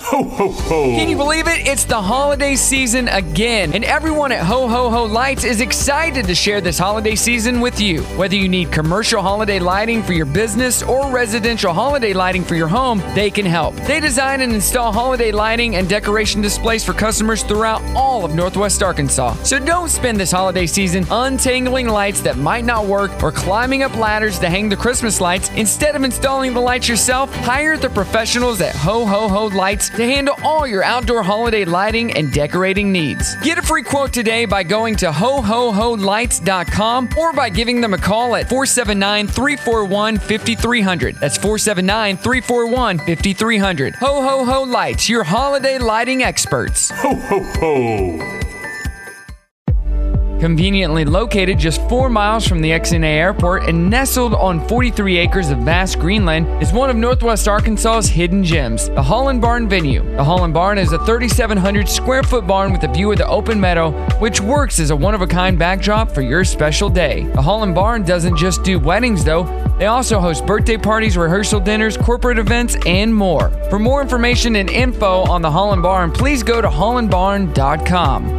Ho, ho, ho. Can you believe it? It's the holiday season again, and everyone at Ho Ho Ho Lights is excited to share this holiday season with you. Whether you need commercial holiday lighting for your business or residential holiday lighting for your home, they can help. They design and install holiday lighting and decoration displays for customers throughout all of Northwest Arkansas. So don't spend this holiday season untangling lights that might not work or climbing up ladders to hang the Christmas lights. Instead of installing the lights yourself, hire the professionals at Ho Ho Ho Lights to handle all your outdoor holiday lighting and decorating needs. Get a free quote today by going to hohoholights.com or by giving them a call at 479 341 5300. That's 479 341 5300. Ho Ho Ho Lights, your holiday lighting experts. Ho, ho, ho. Conveniently located just four miles from the XNA airport and nestled on 43 acres of vast greenland, is one of Northwest Arkansas's hidden gems, the Holland Barn Venue. The Holland Barn is a 3,700 square foot barn with a view of the open meadow, which works as a one of a kind backdrop for your special day. The Holland Barn doesn't just do weddings, though, they also host birthday parties, rehearsal dinners, corporate events, and more. For more information and info on the Holland Barn, please go to hollandbarn.com.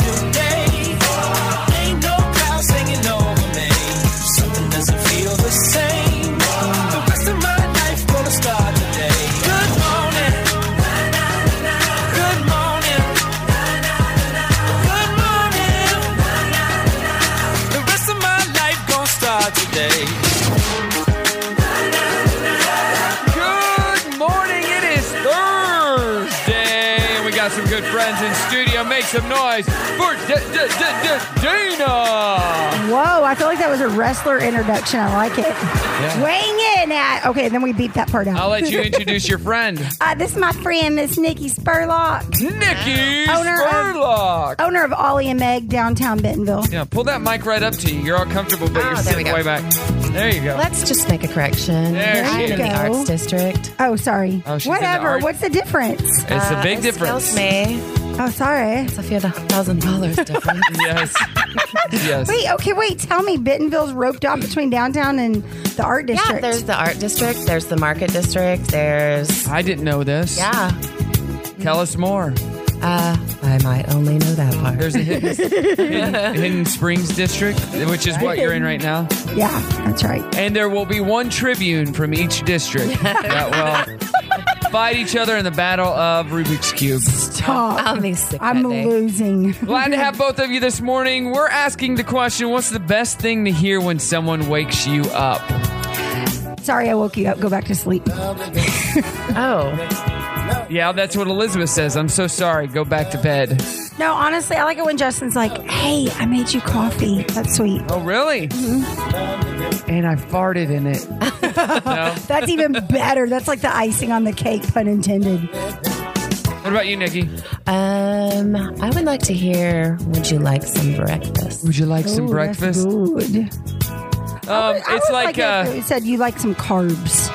new day. Ain't no clouds hanging over me. Something doesn't feel the same. The rest of my life gonna start today. Good morning. Good morning. Good morning. The rest of my life gonna start today. Good morning. It is Thursday. and We got some good friends in studio. Make some noise for D- D- D- D- Dana. Whoa, I feel like that was a wrestler introduction. I like it. Weighing in at. Okay, then we beat that part out. I'll let you introduce your friend, Uh, this is my friend, Miss Nikki Spurlock, Nikki Owner of- Spurlock. owner of Ollie and Meg, downtown Bentonville. Yeah, pull that mic right up to you. You're all comfortable, but you're Ah, there we sitting go. way back. There you go. Let's just make a correction. There I'm she in the is. arts district. Oh, sorry. Oh, she's in the Whatever. art- What's the difference? It's a Uh, big it difference. Excuse me. Oh, sorry. It's a few thousand dollars difference. Yes. yes. Wait, okay, wait. Tell me, Bentonville's roped off between downtown and the art district. yeah, there's the art district. There's the market district. There's I didn't know this. yeah. Tell us more. Uh, I might only know that part. There's a hidden, hidden, hidden Springs district, which is what you're in right now. yeah, that's right. And there will be one tribune from each district that will fight each other in the battle of Rubik's Cube. Top. I'll be sick I'm that day. losing. Glad to have both of you this morning. We're asking the question what's the best thing to hear when someone wakes you up? Sorry, I woke you up. Go back to sleep. Oh, Yeah, that's what Elizabeth says. I'm so sorry. Go back to bed. No, honestly, I like it when Justin's like, hey, I made you coffee. That's sweet. Oh, really? Mm-hmm. And I farted in it. no? That's even better. That's like the icing on the cake, pun intended. Um, What about you, Nikki? um, I would like to hear. Would you like some breakfast? Would you like some Ooh, breakfast? Oh, That's good. Um, I it's would like, it uh, if it said you like some carbs.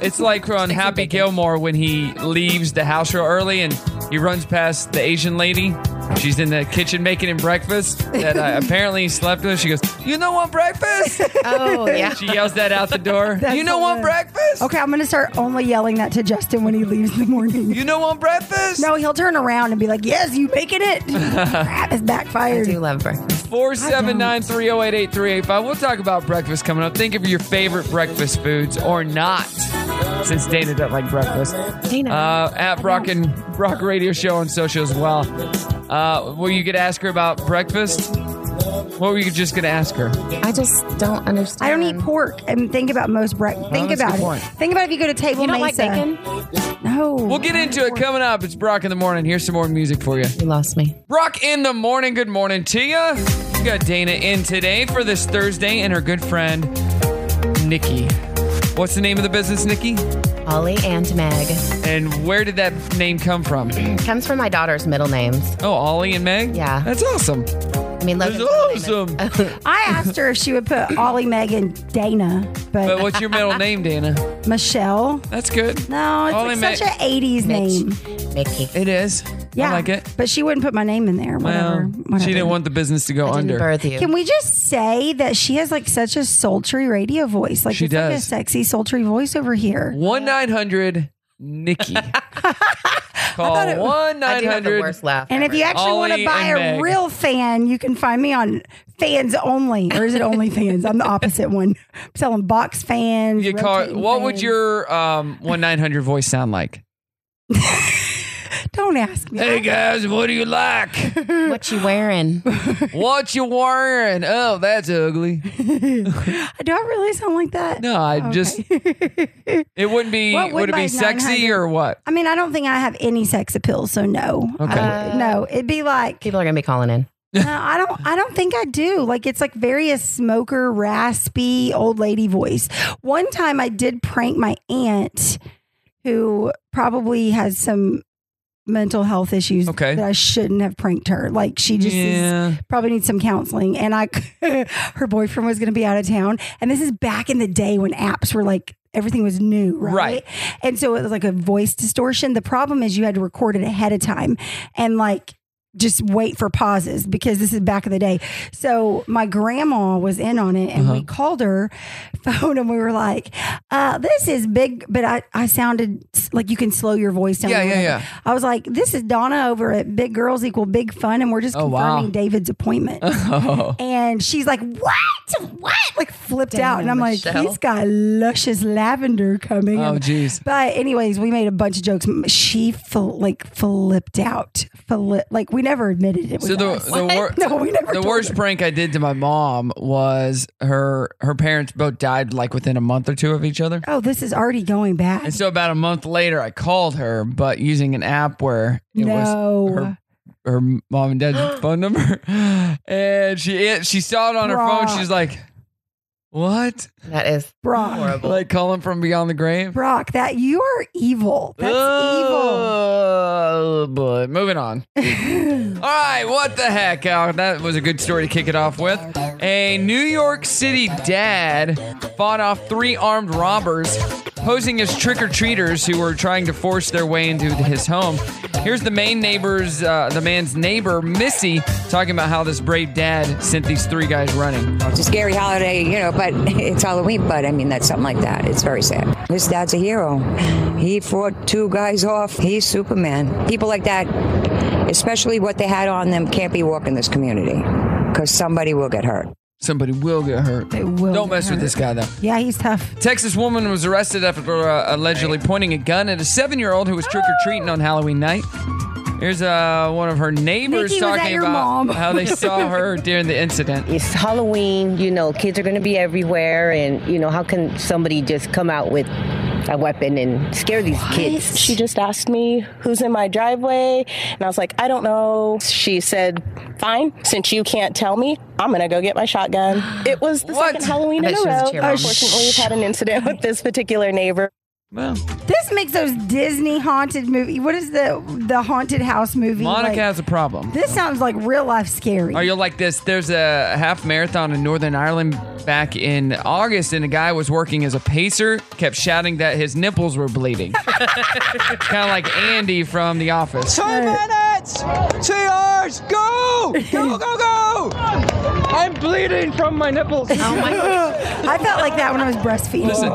It's like on Happy Gilmore when he leaves the house real early and he runs past the Asian lady. She's in the kitchen making him breakfast that uh, apparently he slept with. She goes, "You know want breakfast?" Oh yeah. She yells that out the door. That's you know want hilarious. breakfast? Okay, I'm gonna start only yelling that to Justin when he leaves in the morning. You know want breakfest? No, he'll turn around and be like, "Yes, you making it." Crap, it's I backfired. do love breakfast. Four seven nine three zero eight eight three eight five. We'll talk about breakfast coming up. Think of your favorite breakfast foods or not, since Dana doesn't like breakfast. Dana. uh, at Rock and Rock Radio Show on social as well. Uh, well, you could ask her about breakfast. What were you just going to ask her? I just Uh, don't understand. I don't eat pork. And think about most breakfast. Think that's a about good it. point. Think about if you go to Table You don't like Mesa. bacon? No. We'll get into it coming up. It's Brock in the morning. Here's some more music for you. You lost me. Brock in the morning. Good morning to you. We got Dana in today for this Thursday and her good friend Nikki. What's the name of the business, Nikki? Holly and Meg And where did that name come from? comes from my daughter's middle names. Oh, Ollie and Meg? Yeah. That's awesome. I mean, That's Logan's my name. awesome. I asked her if she would put Ollie, Megan, Dana, but but, what's your middle name, Dana? Michelle. That's good. No, it's Ollie like Meg- such an 80s name. Mickey. It is. Yeah. I like it. But she wouldn't put my name in there. Well, Whatever. whatever. she didn't want the business to go I didn't under. birth you. Can we just say that she has like such a sultry radio voice? Like She it's like a does. sexy, sultry voice over here. One nine hundred Nikki. thought Call it- one I nine do have the hundred. worst laugh. And if you actually want Ollie to buy and a Meg. real fan, you can find me on Fans Only, or is it Only Fans? I'm the opposite one. I'm selling box fans. You call. rotating What would fans. your um one nine hundred voice sound like? Don't ask me. Hey guys, what do you like? what you wearing? what you wearing? Oh, that's ugly. Do I really sound like that? No, I Okay. just it wouldn't be. What would would it my be sexy 900 or what? I mean, I don't think I have any sex appeal, so no. Okay. I- no, it'd be like People are gonna be calling in. no, I don't. I don't think I do. Like it's like very a smoker, raspy old lady voice. One time, I did prank my aunt, who probably has some mental health issues Okay. that I shouldn't have pranked her. Like she just is yeah. probably needs some counseling. And I, her boyfriend was going to be out of town. And this is back in the day when apps were like, everything was new, right? Right. And so it was like a voice distortion. The problem is you had to record it ahead of time and like, just wait for pauses because this is back in the day. So my grandma was in on it and Uh-huh. we called her phone and we were like, uh, this is big, but I, I sounded s- like you can slow your voice down. Yeah, or yeah, whatever. yeah. I was like, this is Donna over at Big Girls Equal Big Fun. And we're just Oh, wow. confirming David's appointment. Oh. And she's like, "What? What?" Like flipped out, and I'm like, Michelle. "He's got luscious lavender coming." Oh, jeez. But anyways, we made a bunch of jokes. M- She fl- like flipped out, Fli- like we never admitted it. Was So the us. the, wor- no, we never. the told worst her. prank I did to my mom was her her parents both died like within a month or two of each other. Oh, this is already going back. And so about a month later, I called her, but using an app where it No. was her, her mom and dad's phone number, and she she saw it on her phone. She's like, "What? That is Brock. horrible. Like calling from beyond the grave?" Brock, that you are evil. That's evil. Oh, boy. Moving on. All right, what the heck? Oh, that was a good story to kick it off with. A New York City dad fought off three armed robbers posing as trick or treaters who were trying to force their way into his home. Here's the main neighbor's, uh, the man's neighbor, Missy, talking about how this brave dad sent these three guys running. It's a scary holiday, you know, but it's Halloween, but I mean, that's something like that. It's very sad. This dad's a hero. He fought two guys off. He's Superman. People like that, especially what they had on them, can't be walking this community because somebody will get hurt. Somebody will get hurt. They will Don't get mess with hurt. this guy, though. Yeah, he's tough. Texas woman was arrested after uh, allegedly pointing a gun at a seven-year-old who was trick-or-treating on Halloween night. Here's uh, one of her neighbors Nikki, was that talking your about mom? how they saw her during the incident. it's Halloween, you know, kids are going to be everywhere. And, you know, how can somebody just come out with a weapon and scare these kids? She just asked me who's in my driveway, and I was like, I don't know. She said, Fine, since you can't tell me, I'm gonna go get my shotgun. It was the What? second Halloween I in bet a she was a row. cheer mom. Unfortunately, we've had an incident with this particular neighbor. Well, This makes those Disney haunted movie. What is the the haunted house movie? Monica like- has a problem. This sounds like real life scary. Or you'll like this. There's a half marathon in Northern Ireland back in August, and a guy was working as a pacer, kept shouting that his nipples were bleeding. kind of like Andy from The Office. Two minutes! Two hours! Go! Go, go, go! I'm bleeding from my nipples. oh my god. I felt like that when I was breastfeeding. Listen,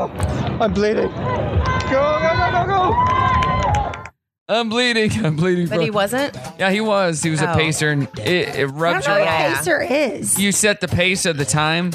I'm bleeding. Go, go, go, go, go. I'm bleeding. I'm bleeding. But he from- wasn't. Yeah, he was. He was a Oh. pacer, and it, it I rubbed don't you know what up. yeah. a pacer is. You set the pace of the time,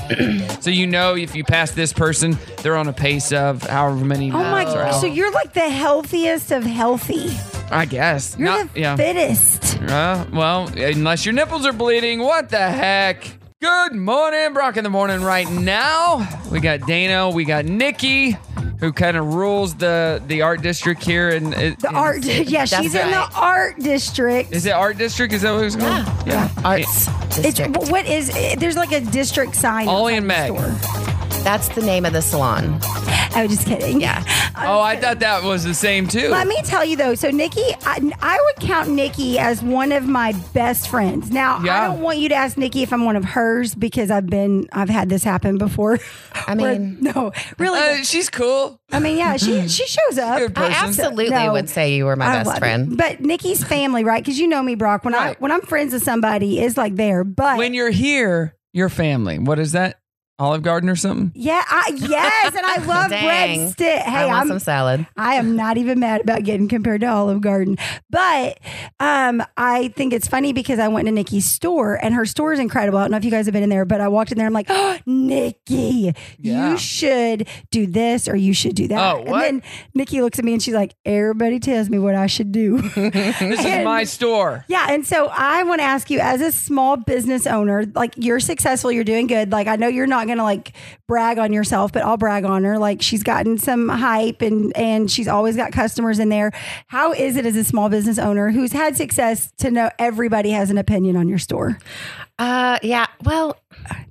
so you know if you pass this person, they're on a pace of however many. oh my miles or gosh. So hour. you're like the healthiest of healthy. I guess. You're Not- the yeah. fittest. Uh, well, unless your nipples are bleeding, what the heck? Good morning, Brock in the morning right now. We got Dano, we got Nikki, who kind of rules the the art district here. And it, The art. Yeah, That's she's in the right. art district. is it art district? Is that what it's called? Yeah. Arts it's District. what is it? there's like a district sign. Ollie outside and the Meg. store. That's the name of the salon. I was just kidding. Uh, Yeah. Oh, I thought that was the same too. Let me tell you though. So Nikki, I, I would count Nikki as one of my best friends. Now I Yeah. don't want you to ask Nikki if I'm one of hers because I've been I've had this happen before. I mean- no, really. Uh, she's cool. I mean, yeah, she she shows up. Good I person. absolutely No. would say you were my I best love it. friend. But Nikki's family, right? Because you know me, Brock. When I Right. when I'm friends with somebody, it's like there. But When you're here, your family. What is that? Olive Garden or something? yeah, I, yes, and I love Dang. breadstick. Hey, I want I'm some salad. I am not even mad about getting compared to Olive Garden. But um, I think it's funny because I went to Nikki's store and her store is incredible. I don't know if you guys have been in there, but I walked in there. I'm like, oh, Nikki, Yeah. you should do this or you should do that. Oh, what? And then Nikki looks at me and she's like, everybody tells me what I should do. This is my store. Yeah, and so I want to ask you, as a small business owner, like you're successful, you're doing good. Like I know you're not gonna like brag on yourself, but I'll brag on her. Like she's gotten some hype, and and she's always got customers in there. How is it as a small business owner who's had success to know everybody has an opinion on your store? Uh, yeah. Well,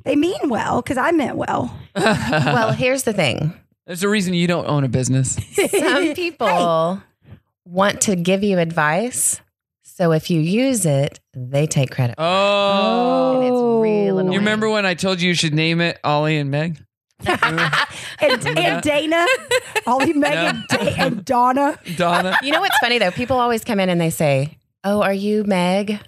They mean well because I meant well. Uh-huh. well, here's the thing. There's a reason you don't own a business. Some people want to give you advice. So if you use it, they take credit. Oh. And it's real annoying. You remember when I told you you should name it Ollie and Meg? And, and Dana, Ollie, Megan, Da- and Donna. Donna? You know what's funny though? People always come in and they say, "Oh, are you Meg?"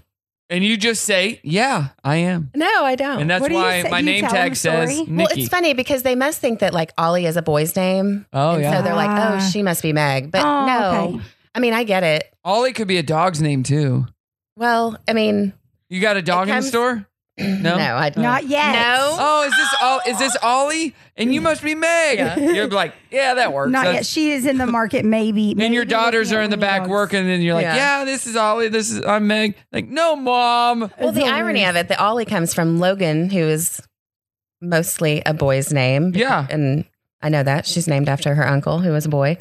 and you just say, yeah, I am. No, I don't. And that's What do you why say- my you name tell them tag the says story? Nikki. well, it's funny because they must think that like Ollie is a boy's name. Oh, and yeah. So they're like, Ah. "Oh, she must be Meg." But Oh, no. okay. I mean, I get it. Ollie could be a dog's name too. Well, I mean, You got a dog in the comes- store? No. no, I don't. Not yet. No. Oh, is this all? Is this Ollie? And you must be Meg. You're like, yeah, that works. Not yet. That's- She is in the market, maybe. and your Maybe looking daughters at are in the one of back the dogs. working, and you're like, yeah. Yeah. this is Ollie. This is I'm Meg. Like, no, mom. Well, the irony of it, the Ollie comes from Logan, who is mostly a boy's name. Yeah. And I know that she's named after her uncle, who was a boy.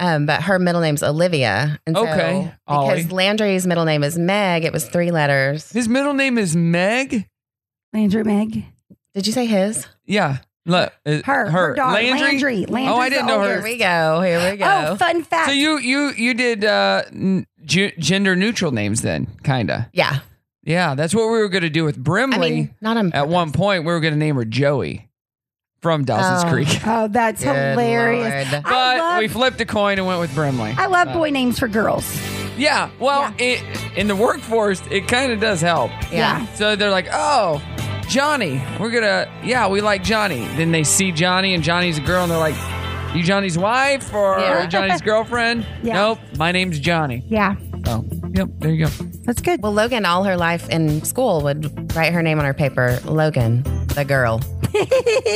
Um, but her middle name's Olivia. And so, Okay, Ollie. Because Landry's middle name is Meg. It was three letters. His middle name is Meg. Andrew, Meg. Did you say his? Yeah. Look, her, Her, her dog, Landry. oh, I Landry's didn't the know Here her. we go. Here we go. Oh, fun fact. So you you you did uh, n- ge- gender neutral names then, kinda. yeah. Yeah, that's what we were gonna do with Brimley. I mean, not him. At one point, we were going to name her Joey from Dawson's Oh. Creek, oh, that's Good hilarious. Lord. I but love, we Uh, flipped a coin and went with Brimley. I love boy names for girls. yeah, well, It, in the workforce, it kind of does help. Yeah. So they're like, oh, Johnny, we're going to, yeah, we like Johnny. Then they see Johnny, and Johnny's a girl, and they're like, you Johnny's wife or Yeah. Johnny's girlfriend? Yeah. Nope, my name's Johnny. Yeah, Oh, yep, there you go. that's good. Well, Logan, all her life in school, would write her name on her paper Logan, the girl.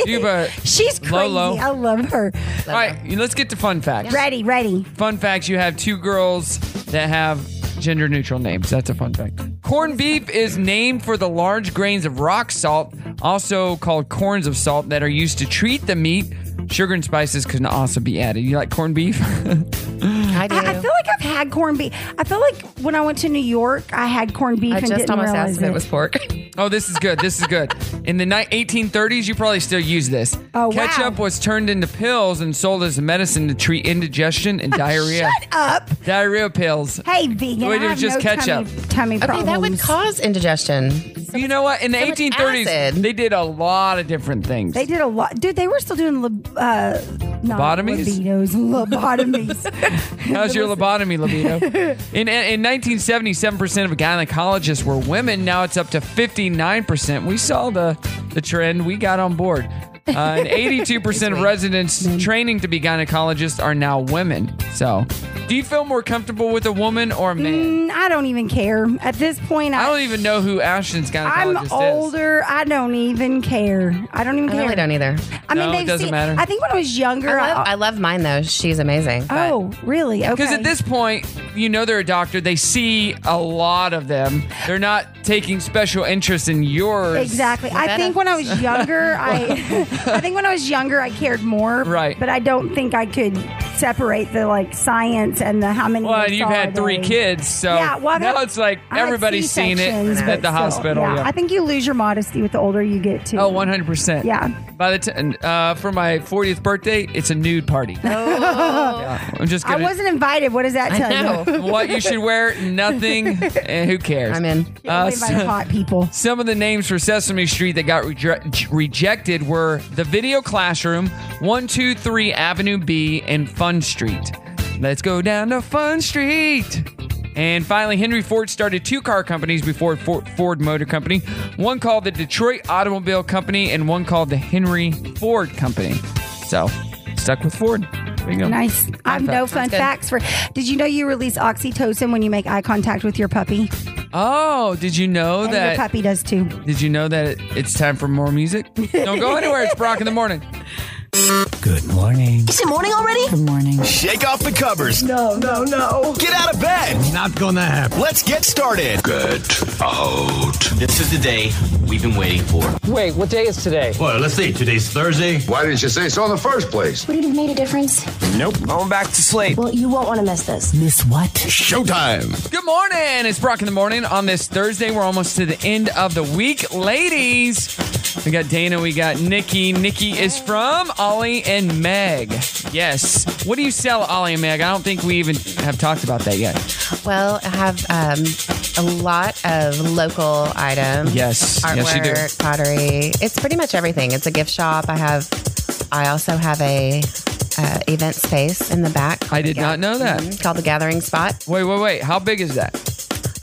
You bet. She's crazy. Lolo. I love her. All right, let's get to fun facts. Ready, ready. Fun facts you have two girls that have gender neutral names. That's a fun fact. Corned beef is named for the large grains of rock salt, also called corns of salt, that are used to treat the meat. Sugar and spices can also be added. You like corned beef? I do. I, I feel like I've had corned beef. I feel like when I went to New York, I had corned beef I and just didn't almost realize asked if it was pork. oh, this is good. This is good. In the ni- 1830s, you probably still use this. Oh, wow. Ketchup was turned into pills and sold as a medicine to treat indigestion and diarrhea. up. Diarrhea pills. Hey, vegan. Wait, it I was have just no ketchup. Tummy, tummy Okay, problems. that would cause indigestion. you know what? In the so much 1830s, acid. they did a lot of different things. They did a lot, dude. They were still doing lab- uh, not Lobotomies? libidos, lobotomies. How's your lobotomy, libido? In, in 1970, 7% of gynecologists were women. Now it's up to 59%. We saw the, the trend. We got on board. Uh, and 82% of residents training to be gynecologists are now women. So, do you feel more comfortable with a woman or a man? Mm, I don't even care at this point. I don't even know who Ashton's I'm gynecologist is. older. I don't even care. I don't even I care. really don't either. I mean, No, it they've doesn't seen, matter. I think when I was younger, I I love, I love mine though. She's amazing. but- oh, really? Okay. Because at this point, you know they're a doctor. They see a lot of them. They're not taking special interest in yours. exactly. I think when I was younger, I, I think when I was younger, I cared more. Right. But I don't think I could separate the like science and the how many. Well, you you've saw had three they- kids, so Yeah, well, I've now had- it's like I had everybody's seen it C-sections, but at the still, hospital. Yeah. I think you lose your modesty with the older you get too. Oh, 100%. Yeah. By the time, uh, for my 40th birthday, it's a nude party. Oh. I'm just I going wasn't invited. What does that tell you? what you should wear, nothing, and who cares? I'm in. Uh, Only by hot people. Some of the names for Sesame Street that got reje- rejected were The Video Classroom, 123 Avenue B, and Fun Street. Let's go down to Fun Street. And finally, Henry Ford started two car companies before For- Ford Motor Company one called the Detroit Automobile Company, and one called the Henry Ford Company. So, stuck with Ford. There you go. Nice. I have no fun facts for. Did you know you release oxytocin when you make eye contact with your puppy? Oh, did you know And that? your puppy does too. Did you know that it- it's time for more music? Don't go anywhere. It's Brock in the morning. Good morning. Is it morning already? Good morning. Shake off the covers. No, no, no. Get out of bed. Not gonna happen. Let's get started. Get out. This is the day we've been waiting for. Wait, what day is today? Well, let's see. Today's Thursday. Why didn't you say so in the first place? Would it have made a difference? Nope. Going back to sleep. Well, you won't want to miss this. Miss what? Showtime. Good morning. It's Brock in the morning on this Thursday. We're almost to the end of the week. Ladies, we got Dana, we got Nikki. Nikki is from Ollie and Meg. Yes. What do you sell, Ollie and Meg? I don't think we even have talked about that yet. Well, I have um, a lot of local items. Yes. Artwork, Yes, you do. pottery. It's pretty much everything. It's a gift shop. I have, I also have a uh, event space in the back. I did not know that. Mhm, called the Gathering Spot. Wait, wait, wait. How big is that?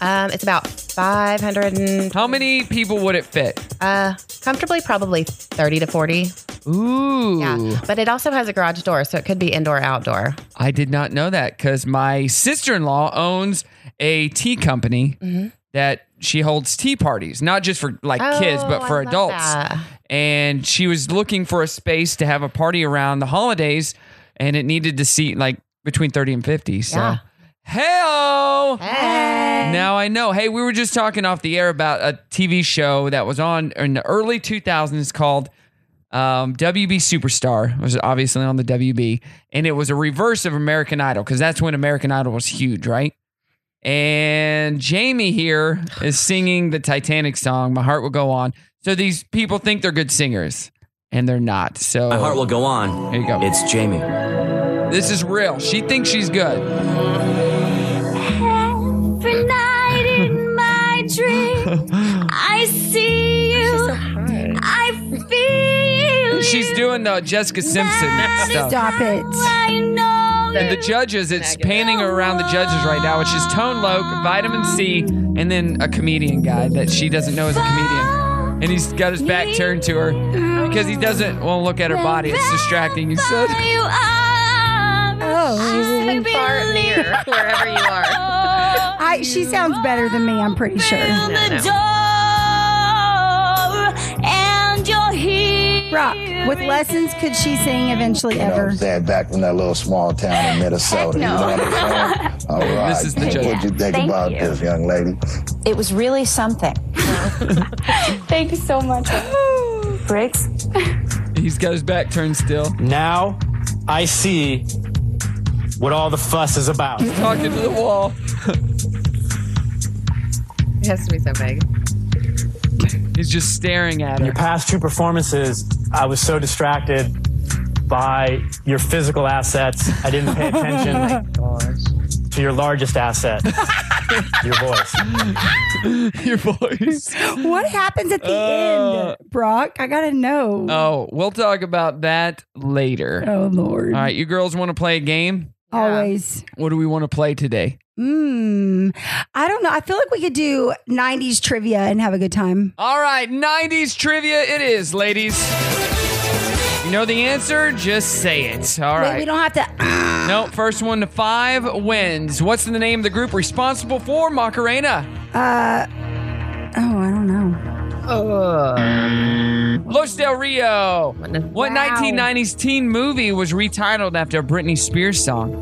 Um, it's about 500 and... How many people would it fit? Uh, comfortably probably 30 to 40. Ooh. Yeah. But it also has a garage door, so it could be indoor, outdoor. I did not know that because my sister in law owns a tea company Mm-hmm. that she holds tea parties, not just for like kids, Oh, but for I love adults. that. And she was looking for a space to have a party around the holidays, and it needed to seat like between 30 and 50. So, Yeah. heyo. Hey. Now I know. Hey, we were just talking off the air about a TV show that was on in the early 2000s called um, WB Superstar. It was obviously on the WB, and it was a reverse of American Idol because that's when American Idol was huge, right? And Jamie here is singing the Titanic song, My Heart Will Go On. So these people think they're good singers, and they're not. So My heart will go on. Here you go. It's Jamie. This is real. She thinks she's good. Every night in my dream, I see you. I feel She's doing the Jessica Simpson stuff. Stop it. I know And the judges, it's panning around the judges right now, which is Tone Loc, Vitamin C, and then a comedian guy that she doesn't know is a comedian. And he's got his back turned to her because he doesn't want to look at her body. It's distracting. He said, you are. Oh, Even far near wherever you are. I, she sounds better than me. I'm pretty sure. The door, and you're here. Rock. With lessons, could she sing eventually ever? saying? Back from that little small town in Minnesota. no. You know what I'm saying? All right. This is the judge. What'd you think Thank about you. this, young lady? It was really something. Thank you so much. Briggs? he's got his back turned still. Now I see what all the fuss is about. Talking to the wall. It has to be so big. He's just staring at her. Your past two performances, I was so distracted by your physical assets, I didn't pay attention to your largest asset, your voice. Your voice. What happens at the Uh, end, Brock? I gotta know. Oh, we'll talk about that later. oh Lord. All right, you girls want to play a game? Always. What do we want to play today? Mm, I don't know. I feel like we could do 90s trivia and have a good time. All right, 90s trivia it is, ladies. You know the answer? Just say it. All Wait, right. we don't have to. No, first one to five wins. What's the name of the group responsible for Macarena? Uh, oh, I don't know. Los Del Rio. What 1990s teen movie was retitled after a Britney Spears song?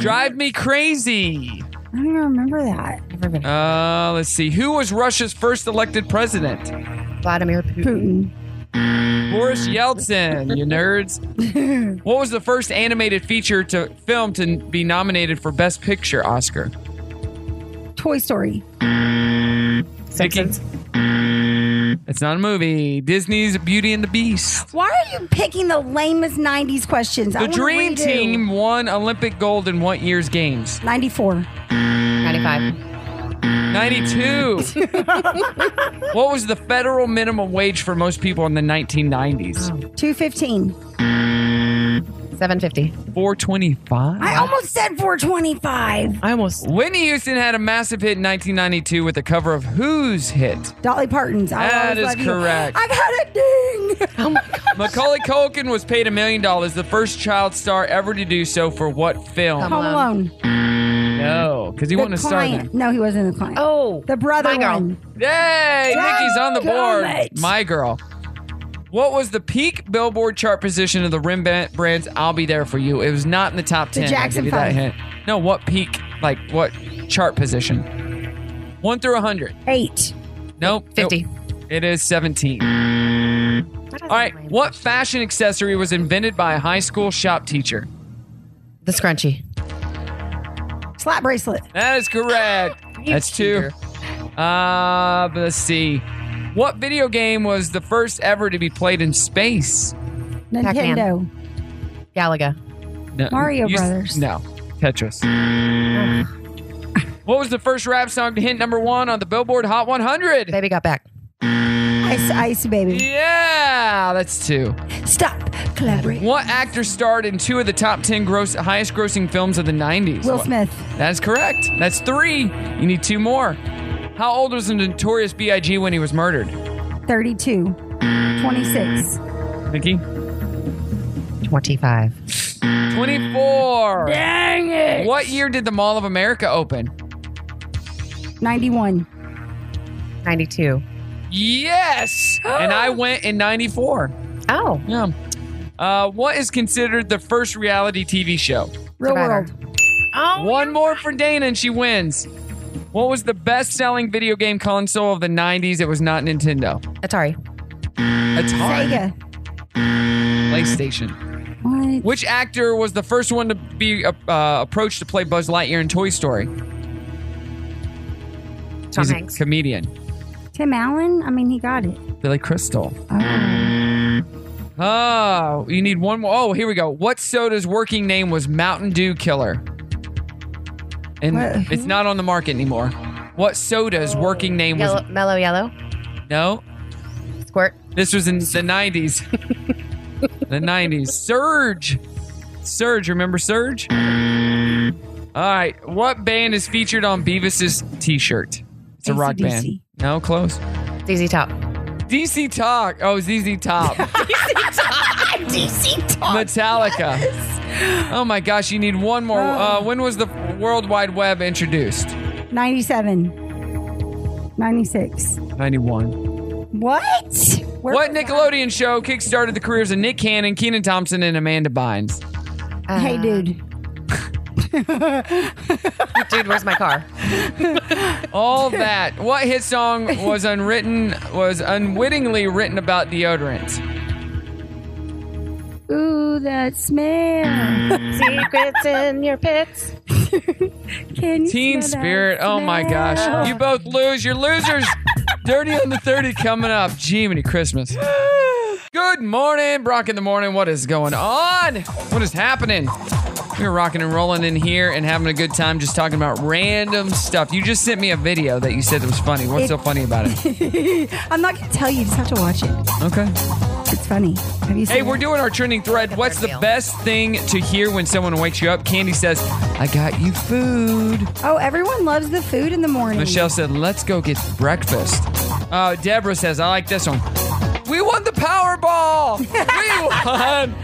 Drive Me Crazy. I don't even remember that. Everybody. Uh, let's see. Who was Russia's first elected president? Vladimir Putin. Putin. Boris Yeltsin, you nerds. What was the first animated feature to film to be nominated for Best Picture Oscar? Toy Story. Simpsons. It's not a movie. Disney's Beauty and the Beast. Why are you picking the lamest 90s questions? I The wanna Dream redo. Team won Olympic gold in what year's games? 94. 95. 92. what was the federal minimum wage for most people in the 1990s? 215. 750. 425. I almost said 425. I almost. Whitney Houston had a massive hit in 1992 with the cover of Who's Hit? Dolly Parton's. I That Always is Love You. correct. I've had a ding. Macaulay Culkin was paid a million dollars, the first child star ever to do so for what film? Home Alone. No, because he The won a star. client. then. No, he wasn't the client. Oh, the brother My Girl. one. Yay! Dang Nikki's on the board. it. My girl. What was the peak Billboard chart position of the Rim Ba- Brands? I'll be there for you. It was not in the top The ten. I'll Jackson give you that Five. hint. No, what peak? Like what chart position? One through a hundred. Eight. Nope. Fifty. Nope. It is seventeen. All right. What fashion accessory was invented by a high school shop teacher? The scrunchie. Slap bracelet. That is correct. That's two. Uh, but let's see. What video game was the first ever to be played in space? Pac-Man. Nintendo. Galaga. No, Mario you s- Brothers. No, Tetris. what was the first rap song to hit number one on the Billboard Hot 100? Baby got back. Ice, ice baby. Yeah, that's two. Stop. Collaborate. What actor starred in two of the top 10 gross, highest grossing films of the 90s? Will Smith. That is correct. That's three. You need two more. How old was the notorious B.I.G. when he was murdered? 32. 26. Nikki? 25. 24. Dang it. What year did the Mall of America open? 91. 92. Yes. and I went in 94. Oh. Yeah. Uh, what is considered the first reality TV show? Real Survivor. world. Oh, One more for Dana and she wins. What was the best selling video game console of the 90s? It was not Nintendo. Atari. Atari. Sega. PlayStation. What? Which actor was the first one to be uh, uh, approached to play Buzz Lightyear in Toy Story? Tom He's a Hanks. comedian. Tim Allen? I mean, he got it. Billy Crystal. Oh. Oh, you need one more. Oh, here we go. What soda's working name was Mountain Dew Killer? And What? it's not on the market anymore. What soda's working name Yellow, was? mellow yellow. No, Squirt. this was in the 90s. the 90s. Surge. Surge. Remember Surge? All right. What band is featured on Beavis's t shirt? It's a rock band. AC/DC. No, close. ZZ Top. DC Talk. Oh, ZZ Top. DC Talk. Metallica. Oh my gosh, you need one more. Uh, when was the World Wide Web introduced? 97. 96. 91. What? Where What was I? Nickelodeon show kickstarted the careers of Nick Cannon, Keenan Thompson, and Amanda Bynes? Hey, dude. Dude, where's my car? All that. What hit song was unwritten, was unwittingly written about deodorant? Ooh, that smell. Secrets in your pits. Can you Teen smell that Spirit. Oh my gosh. You smell? both lose. You're losers. Dirty on the 30 coming up. Jiminy Christmas. Good morning, Brock in the morning. What is going on? What is happening? We're rocking and rolling in here and having a good time just talking about random stuff. You just sent me a video that you said was funny. What's so funny about it? I'm not going to tell you. You just have to watch it. Okay. It's funny. Have you seen Hey, it? we're doing our trending thread. What's the best thing to hear when someone wakes you up? Candy says, I got you food. Oh, everyone loves the food in the morning. Michelle said, let's go get breakfast. Uh, Deborah says, I like this one. We won the Powerball. we won.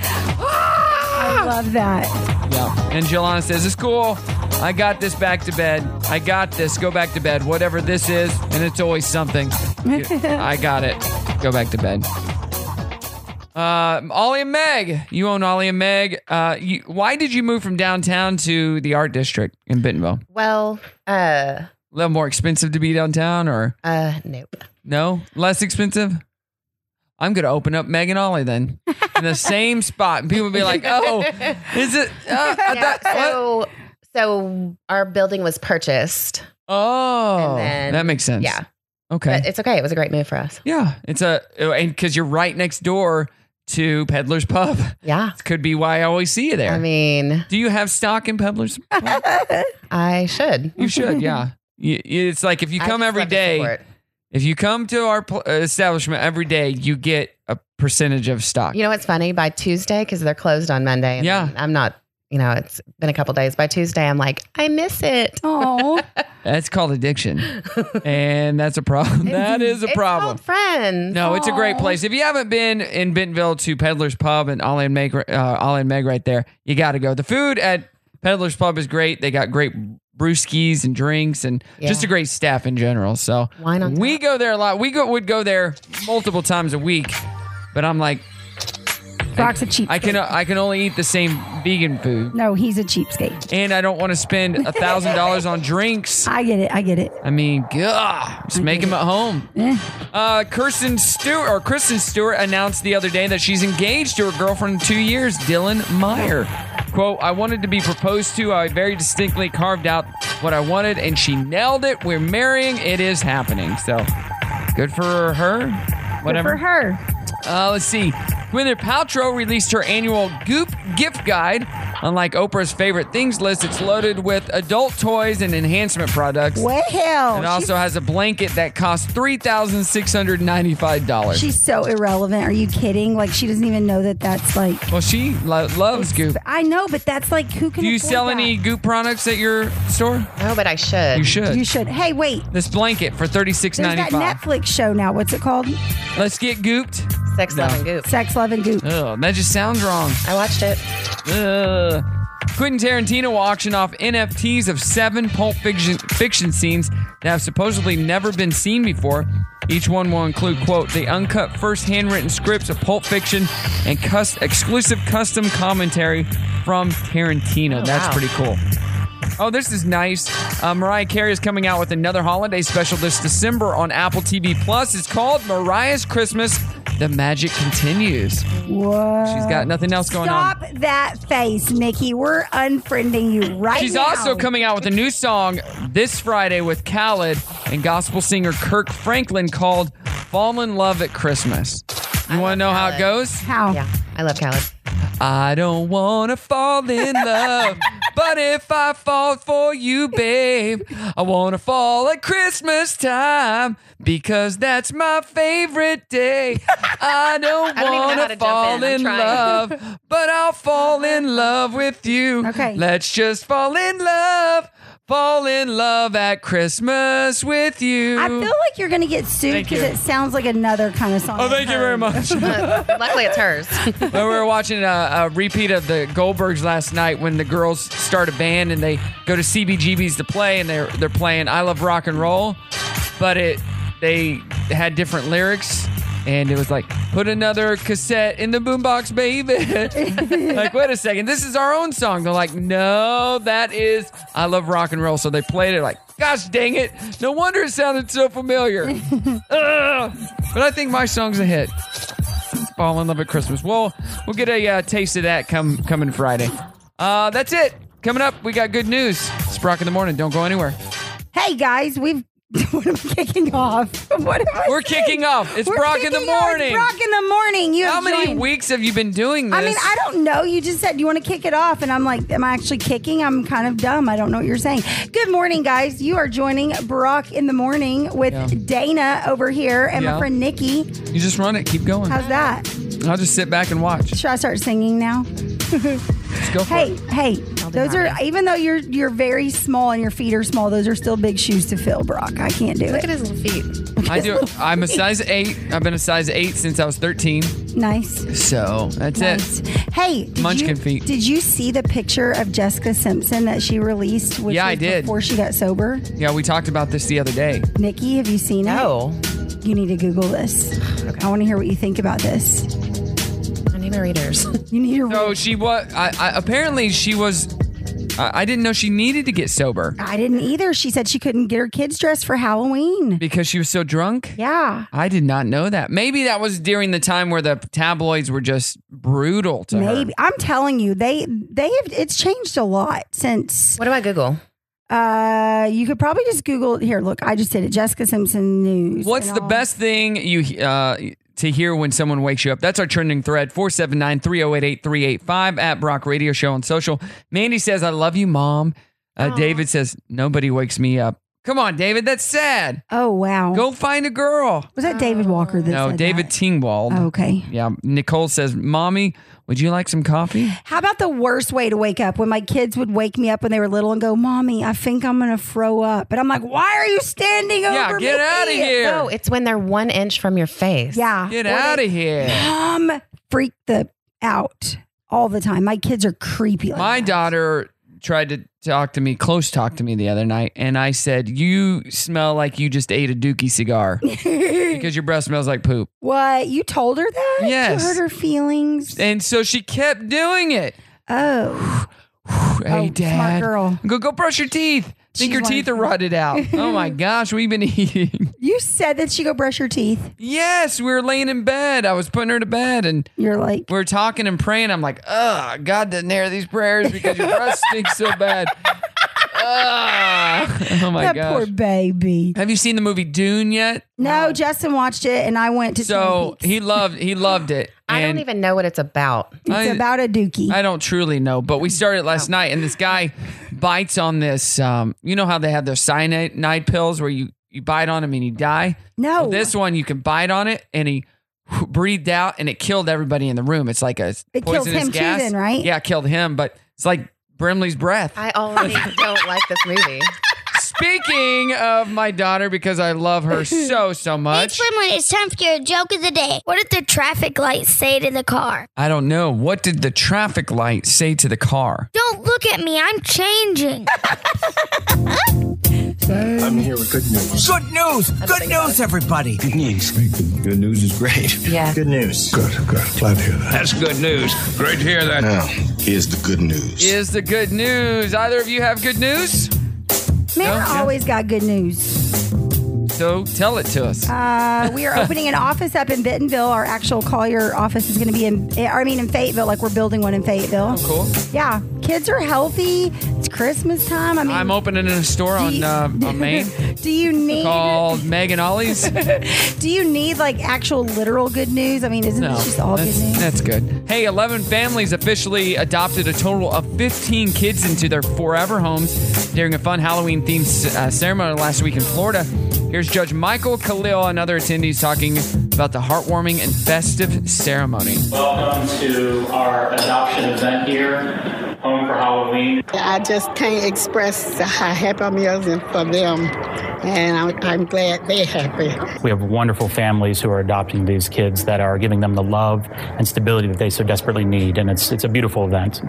I love that. Yeah. And Jelana says, It's cool. I got this back to bed. I got this. Go back to bed. Whatever this is, and it's always something. I got it. Go back to bed. Uh, Ollie and Meg, you own Ollie and Meg. Uh, you, why did you move from downtown to the art district in Bentonville? Well, uh, A little more expensive to be downtown, or uh, nope. no? Less expensive? I'm going to open up Megan Ollie then in the same spot. And people will be like, oh, is it? Uh, I Yeah, thought- so, so our building was purchased. Oh, that makes sense. Yeah. Okay. But it's okay. It was a great move for us. Yeah, it's a and because you're right next door to Peddler's Pub. Yeah, could be why I always see you there. I mean, do you have stock in Peddler's? Pub? I should. you should. Yeah, Y- it's like if you I come just every love to day, support. if you come to our pl- uh, establishment every day, you get a percentage of stock. You know what's funny? By Tuesday, because they're closed on Monday. And yeah. I'm not, you know, it's been a couple days. By Tuesday, I'm like, I miss it. Oh, That's called addiction, and that's a problem. That is a problem. friends. No, it's a great place. If you haven't been in Bentonville to Peddler's Pub and Ollie and Meg, uh, Ollie and Meg right there, you got to go. The food at Peddler's Pub is great. They got great brewskis and drinks and just a great staff in general. So Why not? we go there a lot. We go, would go there multiple times a week, but I'm like, Brock's a cheapskate. I can I can only eat the same vegan food, No, he's a cheapskate. and I don't want to spend a thousand dollars on drinks. I get it. I get it. I mean, gah, just make them at home. Eh. Uh, Kirsten Stewart or Kristen Stewart announced the other day that she's engaged to her girlfriend of two years, Dylan Meyer. "Quote: I wanted to be proposed to. I very distinctly carved out what I wanted, and she nailed it. We're marrying. It is happening. So, good for her. Whatever for her. Uh, let's see. Gwyneth Paltrow released her annual Goop gift guide. Unlike Oprah's favorite things list, it's loaded with adult toys and enhancement products. Well, It also has a blanket that costs three thousand six hundred ninety-five dollars. she's so irrelevant. Are you kidding? Like she doesn't even know that that's like. well, she lo- loves Goop. I know, but that's like who can. Do you afford sell that? any Goop products at your store? No, but I should. You should. You should. Hey, wait. This blanket for thirty-six There's that ninety-five. Netflix show now. What's it called? Let's get gooped. Sex, No. love, and goop. Sex, love, and goop. Oh, that just sounds wrong. I watched it. Ugh. Uh, Quentin Tarantino will auction off NFTs of seven Pulp Fiction, fiction scenes that have supposedly never been seen before. Each one will include, quote, the uncut first handwritten scripts of Pulp Fiction and cus- exclusive custom commentary from Tarantino. Oh, That's wow. pretty cool. Oh, this is nice. Uh, Mariah Carey is coming out with another holiday special this December on Apple TV Plus. It's called Mariah's Christmas. The magic continues. Whoa. She's got nothing else going on. Stop that face, Nikki. We're unfriending you right She's now. also coming out with a new song this Friday with Khaled and gospel singer Kirk Franklin called Fall in Love at Christmas. You want to know how it goes? How? Yeah, I love Khaled. I don't want to fall in love, but if I fall for you, babe, I want to fall at Christmas time because that's my favorite day. I don't I don't even know want how to to jump fall in. in, I'm trying. love, but I'll fall in love with you. Okay. Let's just fall in love. Fall in love at Christmas with you. I feel like you're going to get sued Thank because you. it sounds like another kind of song. Oh, I've thank you very heard. much. Luckily, it's hers. But we were watching a, a repeat of the Goldbergs last night when the girls start a band and they go to CBGB's to play and they're they're playing "I Love Rock and Roll," but it they had different lyrics and it was like "Put another cassette in the boombox, baby." like, wait a second, this is our own song. They're like, "No, that is I Love Rock and Roll." So they played it like. Gosh dang it! No wonder it sounded so familiar. Ugh. But I think my song's a hit fall in love at Christmas. Well, we'll get a uh, taste of that come coming Friday. Uh, that's it. Coming up, we got good news. It's Brock in the morning. Don't go anywhere. Hey, guys, we've. what am I kicking off? What am I We're kicking off. It's We're Brock in the kicking off. It's morning. Brock in the morning. You How have many joined. weeks have you been doing this? I mean, I don't know. You just said you want to kick it off, and I'm like, am I actually kicking? I'm kind of dumb. I don't know what you're saying. Good morning, guys. You are joining Brock in the morning with Yeah. Dana over here and Yeah. my friend Nikki. You just run it. Keep going. How's that? I'll just sit back and watch. Should I start singing now? go for hey, hey! Those are even though you're you're very small and your feet are small. Those are still big shoes to fill, Brock. I can't do Look it. at his little feet. I do. I'm a size eight. I've been a size eight since I was 13. Nice. So that's Nice. it. Hey, did Munchkin you, feet. Did you see the picture of Jessica Simpson that she released? Which Yeah, I was did. Before she got sober, Yeah, we talked about this the other day. Nikki, have you seen Oh, it? No. You need to Google this. I want to hear what you think about this. I need my readers. You need to. So she was. I, I, apparently, she was I, I didn't know she needed to get sober I didn't either. She said she couldn't get her kids dressed for Halloween. because she was so drunk. Yeah. I did not know that. Maybe that was during the time where the tabloids were just brutal to her. Maybe I'm telling you, they they have it's changed a lot since. What do I Google? Uh, you could probably just Google here. Look, I just did it. Jessica Simpson news. What's the best thing you uh, to hear when someone wakes you up? That's our trending thread 479 308 8385 at Brock Radio Show on social. Mandy says, I love you, mom. Uh, David says, Nobody wakes me up. Come on, David. That's sad. Oh wow. Go find a girl. Was that David Walker? That No, said David Tingwald. Oh, okay. Yeah. Nicole says, Mommy, would you like some coffee? How about the worst way to wake up? When my kids would wake me up when they were little and go, "Mommy, I think I'm gonna throw up," but I'm like, "Why are you standing over me?" No, Oh, it's when they're one inch from your face. Yeah. Get out of here. Mom freak the out all the time. My kids are creepy. Like, My daughter tried to talk to me, close talk to me the other night, and I said, You smell like you just ate a dookie cigar because your breath smells like poop. what? You told her that? Yes. You hurt her feelings. And so she kept doing it. Oh. Hey, Dad. girl. Go, go brush your teeth. Think She's your teeth are rotted out. oh my gosh, we've been eating. You said that she go brush her teeth. Yes, we were laying in bed. I was putting her to bed, and you're like, we're talking and praying. I'm like, ugh, God didn't hear these prayers because your breath stinks so bad. Ugh. Oh my that gosh. poor baby. Have you seen the movie Dune yet? No, Justin watched it, and I went to. So he loved he loved it. I don't and- even know what it's about. It's I- about Oh. a dookie. I don't truly know, but we started last night, and this guy bites on this. Um, you know how they have those cyanide pills where you you bite on them and you die. No, this one you can bite on it, and he breathed out, and it killed everybody in the room. It's like a It kills poisonous him too gas. then, right? Yeah, it killed him, but it's like Brimley's breath. I already don't like this movie. Speaking of my daughter, because I love her so so much. Swimley, it's time for your joke of the day. What did the traffic lights say to the car? I don't know. What did the traffic light say to the car? Don't look at me, I'm changing. I'm here with good news. Good news. Good news, everybody. Good news. Good news is great. Yeah. Good news. Good, good. Glad to hear that. That's good news. Great to hear that. Now, here's the good news. Is the good news. Either of you have good news? Man, No, I yeah. always got good news. So tell it to us. Uh, we are opening an office up in Bentonville. Our actual Collier office is going to be in, I mean, in Fayetteville. Like we're building one in Fayetteville. cool. Yeah, kids are healthy. It's Christmas time. I mean, I'm opening a store on, uh, on Main do you need? called Megan Ollie's. do you need like actual literal good news? I mean, isn't No, this just all good that's, news? that's good. Hey, 11 families officially adopted a total of 15 kids into their forever homes during a fun Halloween themed uh, ceremony last week in Florida. Here's Judge Michael Khalil and other attendees talking about the heartwarming and festive ceremony. Welcome to our adoption event here, Home for Halloween. I just can't express how happy I'm using for them, and I'm, I'm glad they're happy. We have wonderful families who are adopting these kids that are giving them the love and stability that they so desperately need, and it's it's a beautiful event.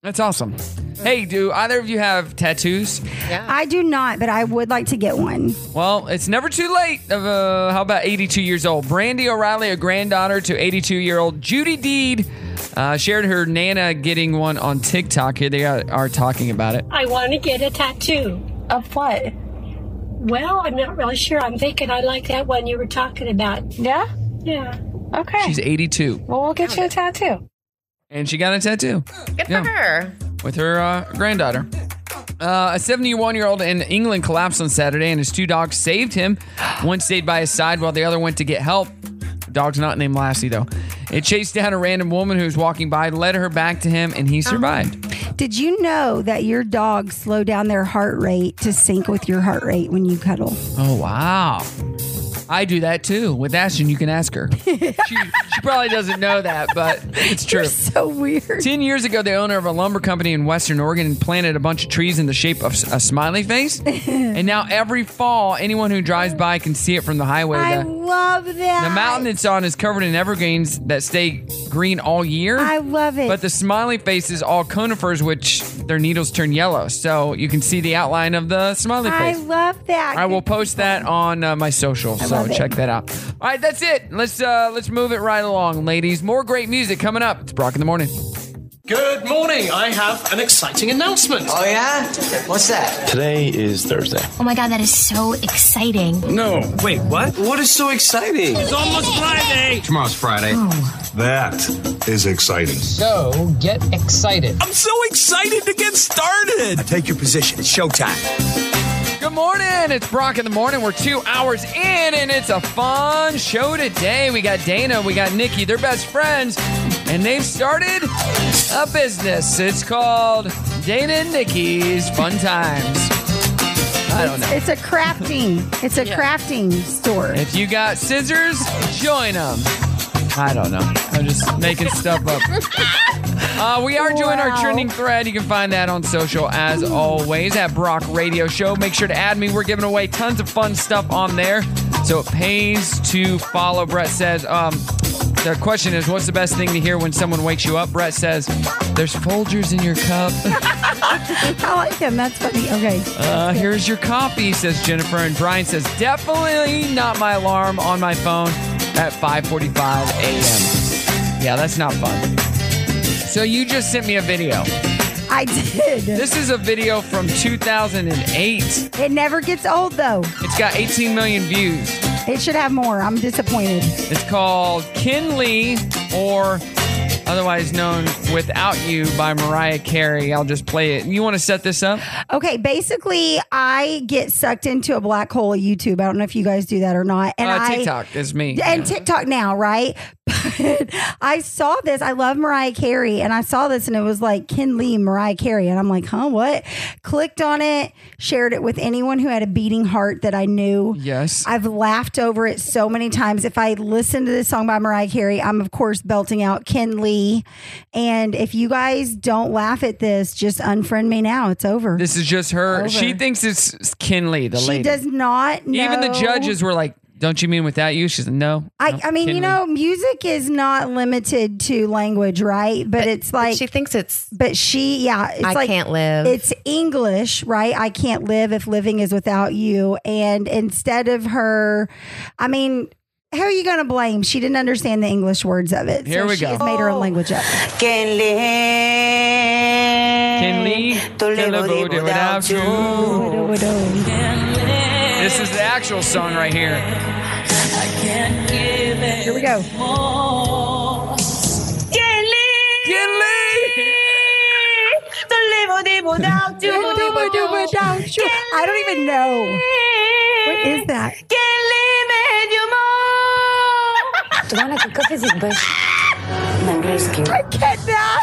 That's awesome. Hey, do either of you have tattoos? I do not, but I would like to get one. Well, it's never too late. Of uh, how about 82 years old? Brandy O'Reilly, a granddaughter to 82 year old Judy Deed, uh, shared her nana getting one on TikTok. Here they are, are talking about Oh. it. I want to get a tattoo. Of what? Well, I'm not really sure. I'm thinking I like that one you were talking about. Yeah? Yeah. Okay. She's 82, well, we'll get you a tattoo. and she got a tattoo. Good for Yeah. her. with her uh, granddaughter. Uh, a 71 year old in England collapsed on Saturday, and his two dogs saved him. One stayed by his side while the other went to get help. Dog's not named Lassie, though. It chased down a random woman who was walking by, led her back to him, and he survived. Did you know that your dogs slow down their heart rate to sync with your heart rate when you cuddle? Oh, wow. I do that too. With Ashton, you can ask her. she, she probably doesn't know that, but it's true. so weird. 10 years ago, the owner of a lumber company in Western Oregon planted a bunch of trees in the shape of s- a smiley face. and now every fall, anyone who drives by can see it from the highway. I The- love that. the mountain it's on is covered in evergreens that stay green all year. I love it. But the smiley face is all conifers, which their needles turn yellow. So you can see the outline of the smiley I face. love that. I will post that on uh, my social, I so love it. check that out. All right, that's it. Let's uh, let's move it right along, ladies. More great music coming up. It's Brock in the morning. Good morning. morning. I have an exciting announcement. Oh, yeah? What's that? Today is Thursday. Oh my god, that is so exciting. No. Wait, what? What is so exciting? It's almost Friday. Tomorrow's Friday. That is exciting. So get excited. I'm so excited to get started. Now take your position. It's showtime. Good morning. It's Brock in the morning. We're two hours in, and it's a fun show today. We got Dana, we got Nikki, they're best friends, and they've started a business. It's called Dana and Nikki's Fun Times. I don't know. It's a crafting. It's a crafting store. If you got scissors, join them. I don't know. I'm just making stuff up. Uh, we are doing our Wow. trending thread. You can find that on social as always at Brock Radio Show. Make sure to add me. We're giving away tons of fun stuff on there. So it pays to follow. Brett says, um, the question is, what's the best thing to hear when someone wakes you up? Brett says, there's Folgers in your cup. I like him. That's funny. Okay. Uh, here's your copy, says Jennifer. And Brian says, definitely not my alarm on my phone at 5.45 a.m. Yeah, that's not fun. So you just sent me a video. I did. This is a video from 2008. It never gets old though. It's got 18 million views. It should have more. I'm disappointed. It's called Kinley or otherwise known Without You by Mariah Carey. I'll just play it. You want to set this up? Okay, basically, I get sucked into a black hole of YouTube. I don't know if you guys do that or not. And uh, I, TikTok is me. And Yeah. TikTok now, right? But I saw this. I love Mariah Carey, and I saw this, and it was like Ken Lee, Mariah Carey, and I'm like, huh, what? Clicked on it, shared it with anyone who had a beating heart that I knew. Yes, I've laughed over it so many times. If I listen to this song by Mariah Carey, I'm of course belting out Ken Lee, and if you guys don't laugh at this, just unfriend me now. It's over. This is just her. Over. She thinks it's Kinley, the she lady. does not. Know. Even the judges were like, "Don't you mean Without You?" She's like, "No." I, no, I mean, you Kinley." know, music is not limited to language, right? But, it's like she thinks it's. But she, yeah, it's I like, can't live. It's English, right? I can't live if living is without you. And instead of her, I mean. Who are you going to blame? She didn't understand the English words of it. Here so we she go. has made her own language up. eh, Kinley, can't live without you. This is the actual song right here. Here we go. Kinley! Kinley! Don't live on it without you. Don't live on it without you. I don't even know. What is that? I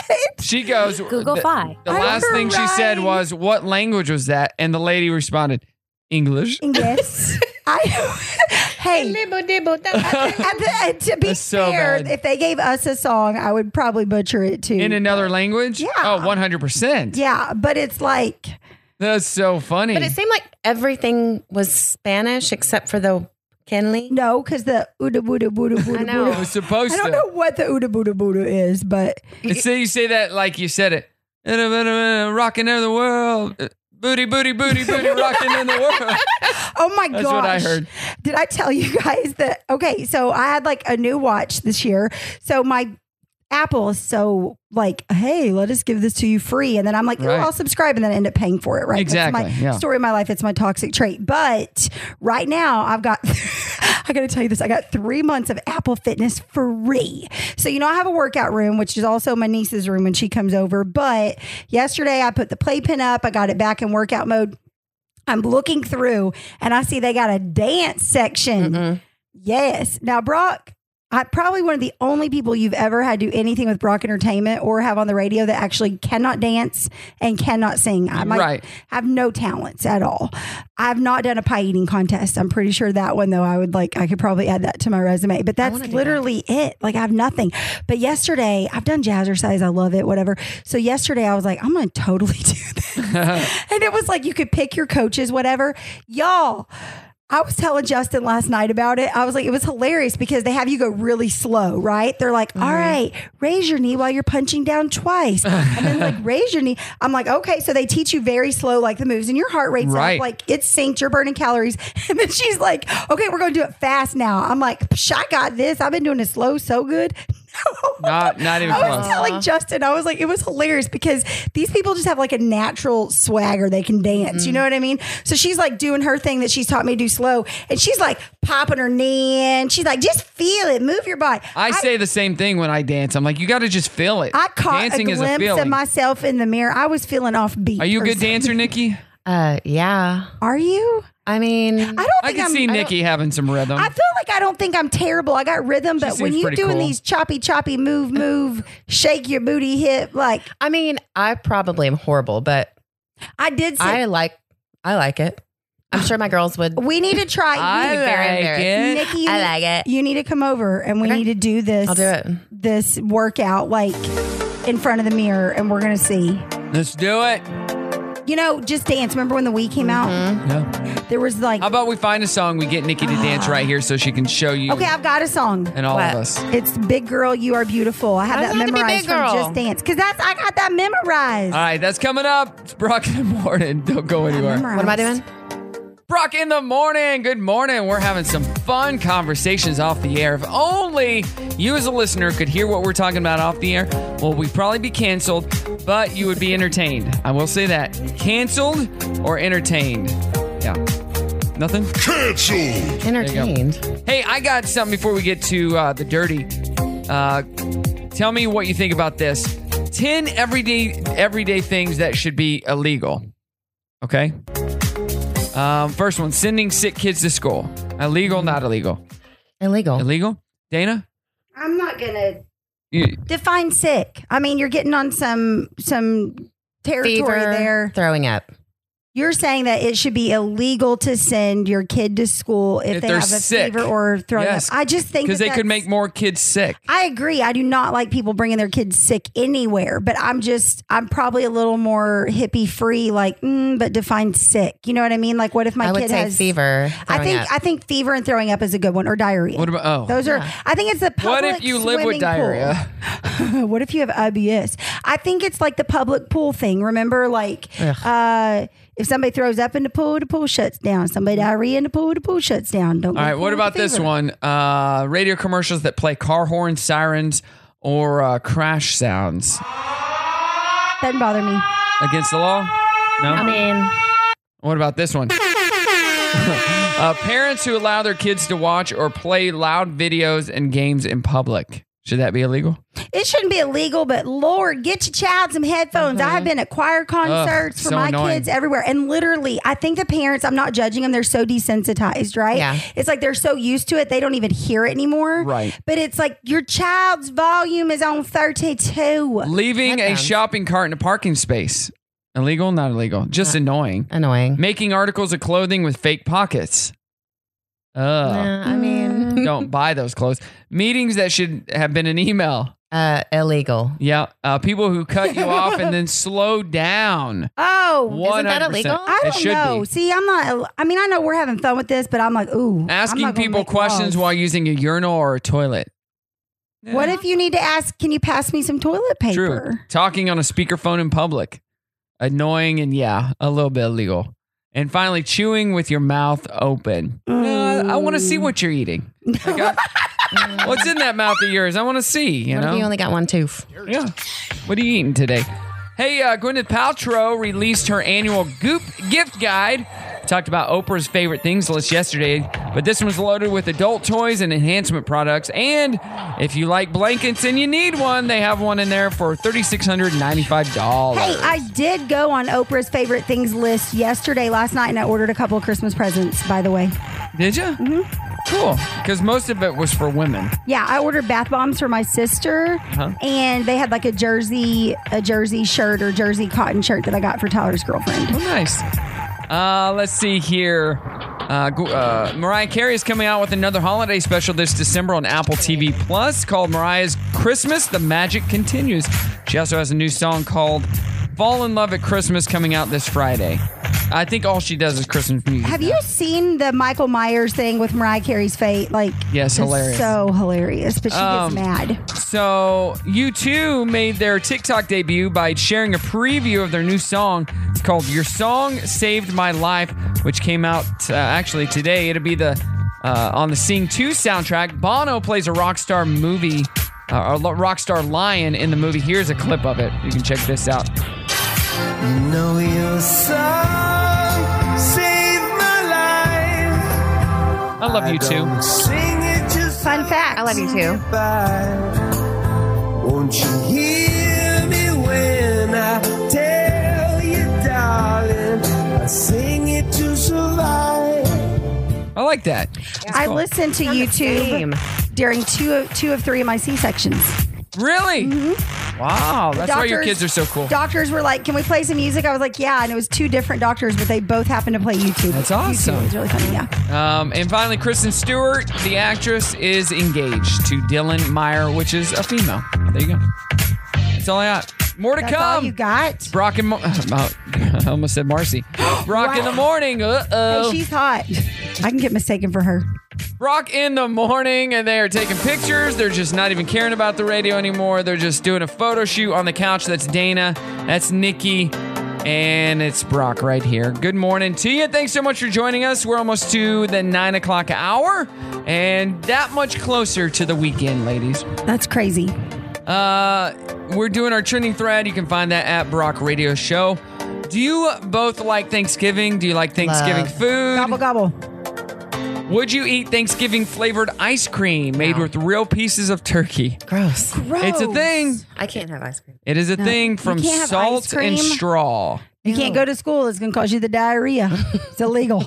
cannot. She goes. Google the, Fi. The I last thing remember she said writing- was, "What language was that?" And the lady responded, "English." Yes. I hey. And to be That's so fair, bad. if they gave us a song, I would probably butcher it too. In another language? Yeah. Oh, 100 percent. yeah, but it's like That's so funny. But it seemed like everything was Spanish except for the Kenley. No, because the Uda Buda Buda Buda. I know. It was supposed I don't to. know what the Uda Buda Buda is, but And so you say that like you said it. Rocking in the world. Booty, booty, booty, booty, rocking in the world. oh my gosh. That's what I heard. Did I tell you guys that? Okay, so I had like a new watch this year. So my Apple is so like, hey, let us give this to you free. And then I'm like, oh, Right. I'll subscribe. And then I end up paying for it, right? Exactly, That's my yeah. story of my life. It's my toxic trait. But right now, I've got, I got to tell you this, I got three months of Apple Fitness free. So, you know, I have a workout room, which is also my niece's room when she comes over. But yesterday, I put the playpen up, I got it back in workout mode. I'm looking through and I see they got a dance section. Yes. Now, Brock, I probably one of the only people you've ever had do anything with Brock Entertainment or have on the radio that actually cannot dance and cannot sing. I might Right. have no talents at all. I've not done a pie eating contest. I'm pretty sure that one though I would like I could probably add that to my resume. But that's literally it. Like I have nothing. But yesterday I've done jazzercise. I love it, whatever. So yesterday I was like, I'm gonna totally do and it was like you could pick your coaches, whatever. Y'all, I was telling Justin last night about it. I was like, it was hilarious because they have you go really slow, right? They're like, Mm-hmm. all right, raise your knee while you're punching down twice. and then like raise your knee. I'm like, okay. So they teach you very slow, like the moves and your heart rate's Right. up, like it's synced, you're burning calories. And then she's like, okay, we're gonna do it fast now. I'm like, Psh, I got this. I've been doing it slow so good. Not not even I close. was telling Justin, I was like, it was hilarious because these people just have like a natural swagger. They can dance. Mm-hmm. You know what I mean? So she's like doing her thing that she's taught me to do slow. And she's like popping her knee in. She's like, just feel it. Move your body. I say the same thing when I dance. I'm like, you got to just feel it. I caught Dancing a is a glimpse feeling. of myself in the mirror. I was feeling off beat. Are you a or good dancer, something. Nikki? Uh, yeah. Are you? I mean, I don't I think can am see Nikki having some rhythm. I feel like I don't think I'm terrible. I got rhythm, but when seems you're pretty doing cool. these choppy, choppy, move, move, shake your booty, hip, like I mean, I probably am horrible, but I did. Say, I like I like it. I'm sure my girls would. we need to try. I you. like it. Nikki, you I need- like it. You need to come over, and we need to do this. I'll do it. This workout, like in front of the mirror, and we're gonna see. Let's do it. You know, just dance. Remember when the Wii came out? Yeah. There was like, How about we find a song, we get Nikki to dance right here so she can show you. okay, I've got a song. And all of us. It's "Big Girl, You Are Beautiful." I have I that had to be memorized Big Girl. from Just Dance because that's I got that memorized. All right, that's coming up. It's Brock in the morning. Don't go anywhere. What am I doing? Brock in the morning. Good morning. We're having some fun conversations off the air. If only you, as a listener, could hear what we're talking about off the air, well, we'd probably be canceled, but you would be entertained. I will say that. Canceled or entertained? Yeah. Nothing? Canceled. Entertained. Hey, I got something before we get to uh, the dirty. Uh, tell me what you think about this. Ten everyday everyday things that should be illegal. Okay. Um, first one: sending sick kids to school. Illegal, not illegal. Oh. Illegal. Illegal. Dana, I'm not gonna you, define sick. I mean, you're getting on some some territory Fever, there. throwing up. You're saying that it should be illegal to send your kid to school if, If they they're have a sick. fever or throwing Yes. up. I just think because that they could that's- make more kids sick. I agree. I do not like people bringing their kids sick anywhere, but I'm just, I'm probably a little more hippie free, like, mm, but define sick. You know what I mean? Like, what if my I would kid say has fever, I throwing think, up. I think fever and throwing up is a good one, or diarrhea. What about- oh. those are? Yeah. I think it's the public. What if you live with swimming diarrhea? Pool. what if you have IBS? I think it's like the public pool thing. Remember, like, Ugh. uh, if somebody throws up in the pool, the pool shuts down. Somebody diarrhea in the pool, the pool shuts down. Don't. All right. What about this one? Uh, radio commercials that play car horns, sirens, or uh, crash sounds Doesn't bother me. against the law? No. I mean- What about this one? uh, parents who allow their kids to watch or play loud videos and games in public. Should that be illegal? It shouldn't be illegal, but Lord, get your child some headphones. I have been at choir concerts Mm-hmm. for so my annoying. kids everywhere. And literally, I think the parents, I'm not judging them, they're so desensitized, right? Yeah. It's like they're so used to it, they don't even hear it anymore. Right. But it's like your child's volume is on 32. Leaving a shopping cart in a parking space. Illegal? Not illegal. Just annoying. Annoying. Making articles of clothing with fake pockets. Ugh. I mean, Don't buy those clothes. Meetings that should have been an email. Uh, illegal. Yeah. Uh, people who cut you off and then slow down. Oh, Isn't that 100%. illegal? I It don't should know. be. See, I'm not, I mean, I know we're having fun with this, but I'm like, ooh. I'm Asking not gonna people make questions laws. while using a urinal or a toilet. What if you need to ask, can you pass me some toilet paper? True. Talking on a speakerphone in public. Annoying and yeah, a little bit illegal. And finally, chewing with your mouth open. Uh, I want to see what you're eating. Like, I- what's in that mouth of yours? I want to see. You What know, if you only got one tooth? Yeah. What are you eating today? Hey, uh, Gwyneth Paltrow released her annual Goop gift guide. Talked about Oprah's favorite things list yesterday, but this one's loaded with adult toys and enhancement products. And if you like blankets and you need one, they have one in there for thirty six hundred ninety five dollars. Hey, I did go on Oprah's favorite things list yesterday, last night, and I ordered a couple of Christmas presents, by the way. Did you? Mm-hmm. Cool, because most of it was for women. Yeah, I ordered bath bombs for my sister, Huh? and they had like a jersey, a jersey shirt or jersey cotton shirt that I got for Tyler's girlfriend. Oh, Nice. Uh, let's see here. Uh, go- uh, Mariah Carey is coming out with another holiday special this December on Apple TV Plus called Mariah's Christmas: The Magic Continues. She also has a new song called "Fall in Love at Christmas" coming out this Friday. I think all she does is Christmas music. Have you seen the Michael Myers thing with Mariah Carey's fate? Like, Yes, it's hilarious. So hilarious, but she Um, gets mad. So, you two made their TikTok debut by sharing a preview of their new song. It's called Your Song Saved My Life, which came out uh, actually today. It'll be the uh, on the Sing 2 soundtrack. Bono plays a rock star movie uh, our lo- rock star Lion in the movie. Here's a clip of it. You can check this out. You know your song saved my life. I love you too. Sing it just Fun fact. I love you too. Won't you hear me when I tell you, darling? I sing it to survive. I like that. I listened to same. YouTube during two of, two of three of my C sections. Really? Wow, The that's why your kids are so cool. Mm-hmm. Doctors were like, "Can we play some music?" I was like, "Yeah," and it was two different doctors, but they both happened to play YouTube. That's awesome. It's really funny. Yeah. Um, and finally, Kristen Stewart, the actress, is engaged to Dylan Meyer, which is a female. There you go. That's all I got. More to That's come. all you got. Brock and Mar- I almost said Marcy. Brock in the morning. Uh oh. Hey, she's hot. I can get mistaken for her. Brock in the morning, and they are taking pictures. They're just not even caring about the radio anymore. They're just doing a photo shoot on the couch. That's Dana. That's Nikki. And it's Brock right here. Good morning to you. Thanks so much for joining us. We're almost to the nine o'clock hour, and that much closer to the weekend, ladies. That's crazy. Uh, we're doing our trending thread. You can find that at Brock Radio Show. Do you both like Thanksgiving? Do you like Thanksgiving Love. food? Gobble gobble. Would you eat Thanksgiving flavored ice cream made with real pieces of turkey? Gross. It's a thing. I can't have ice cream. It is a No. thing You from can't have ice salt and cream. straw. You can't go to school. It's going to cause you the diarrhea. It's illegal.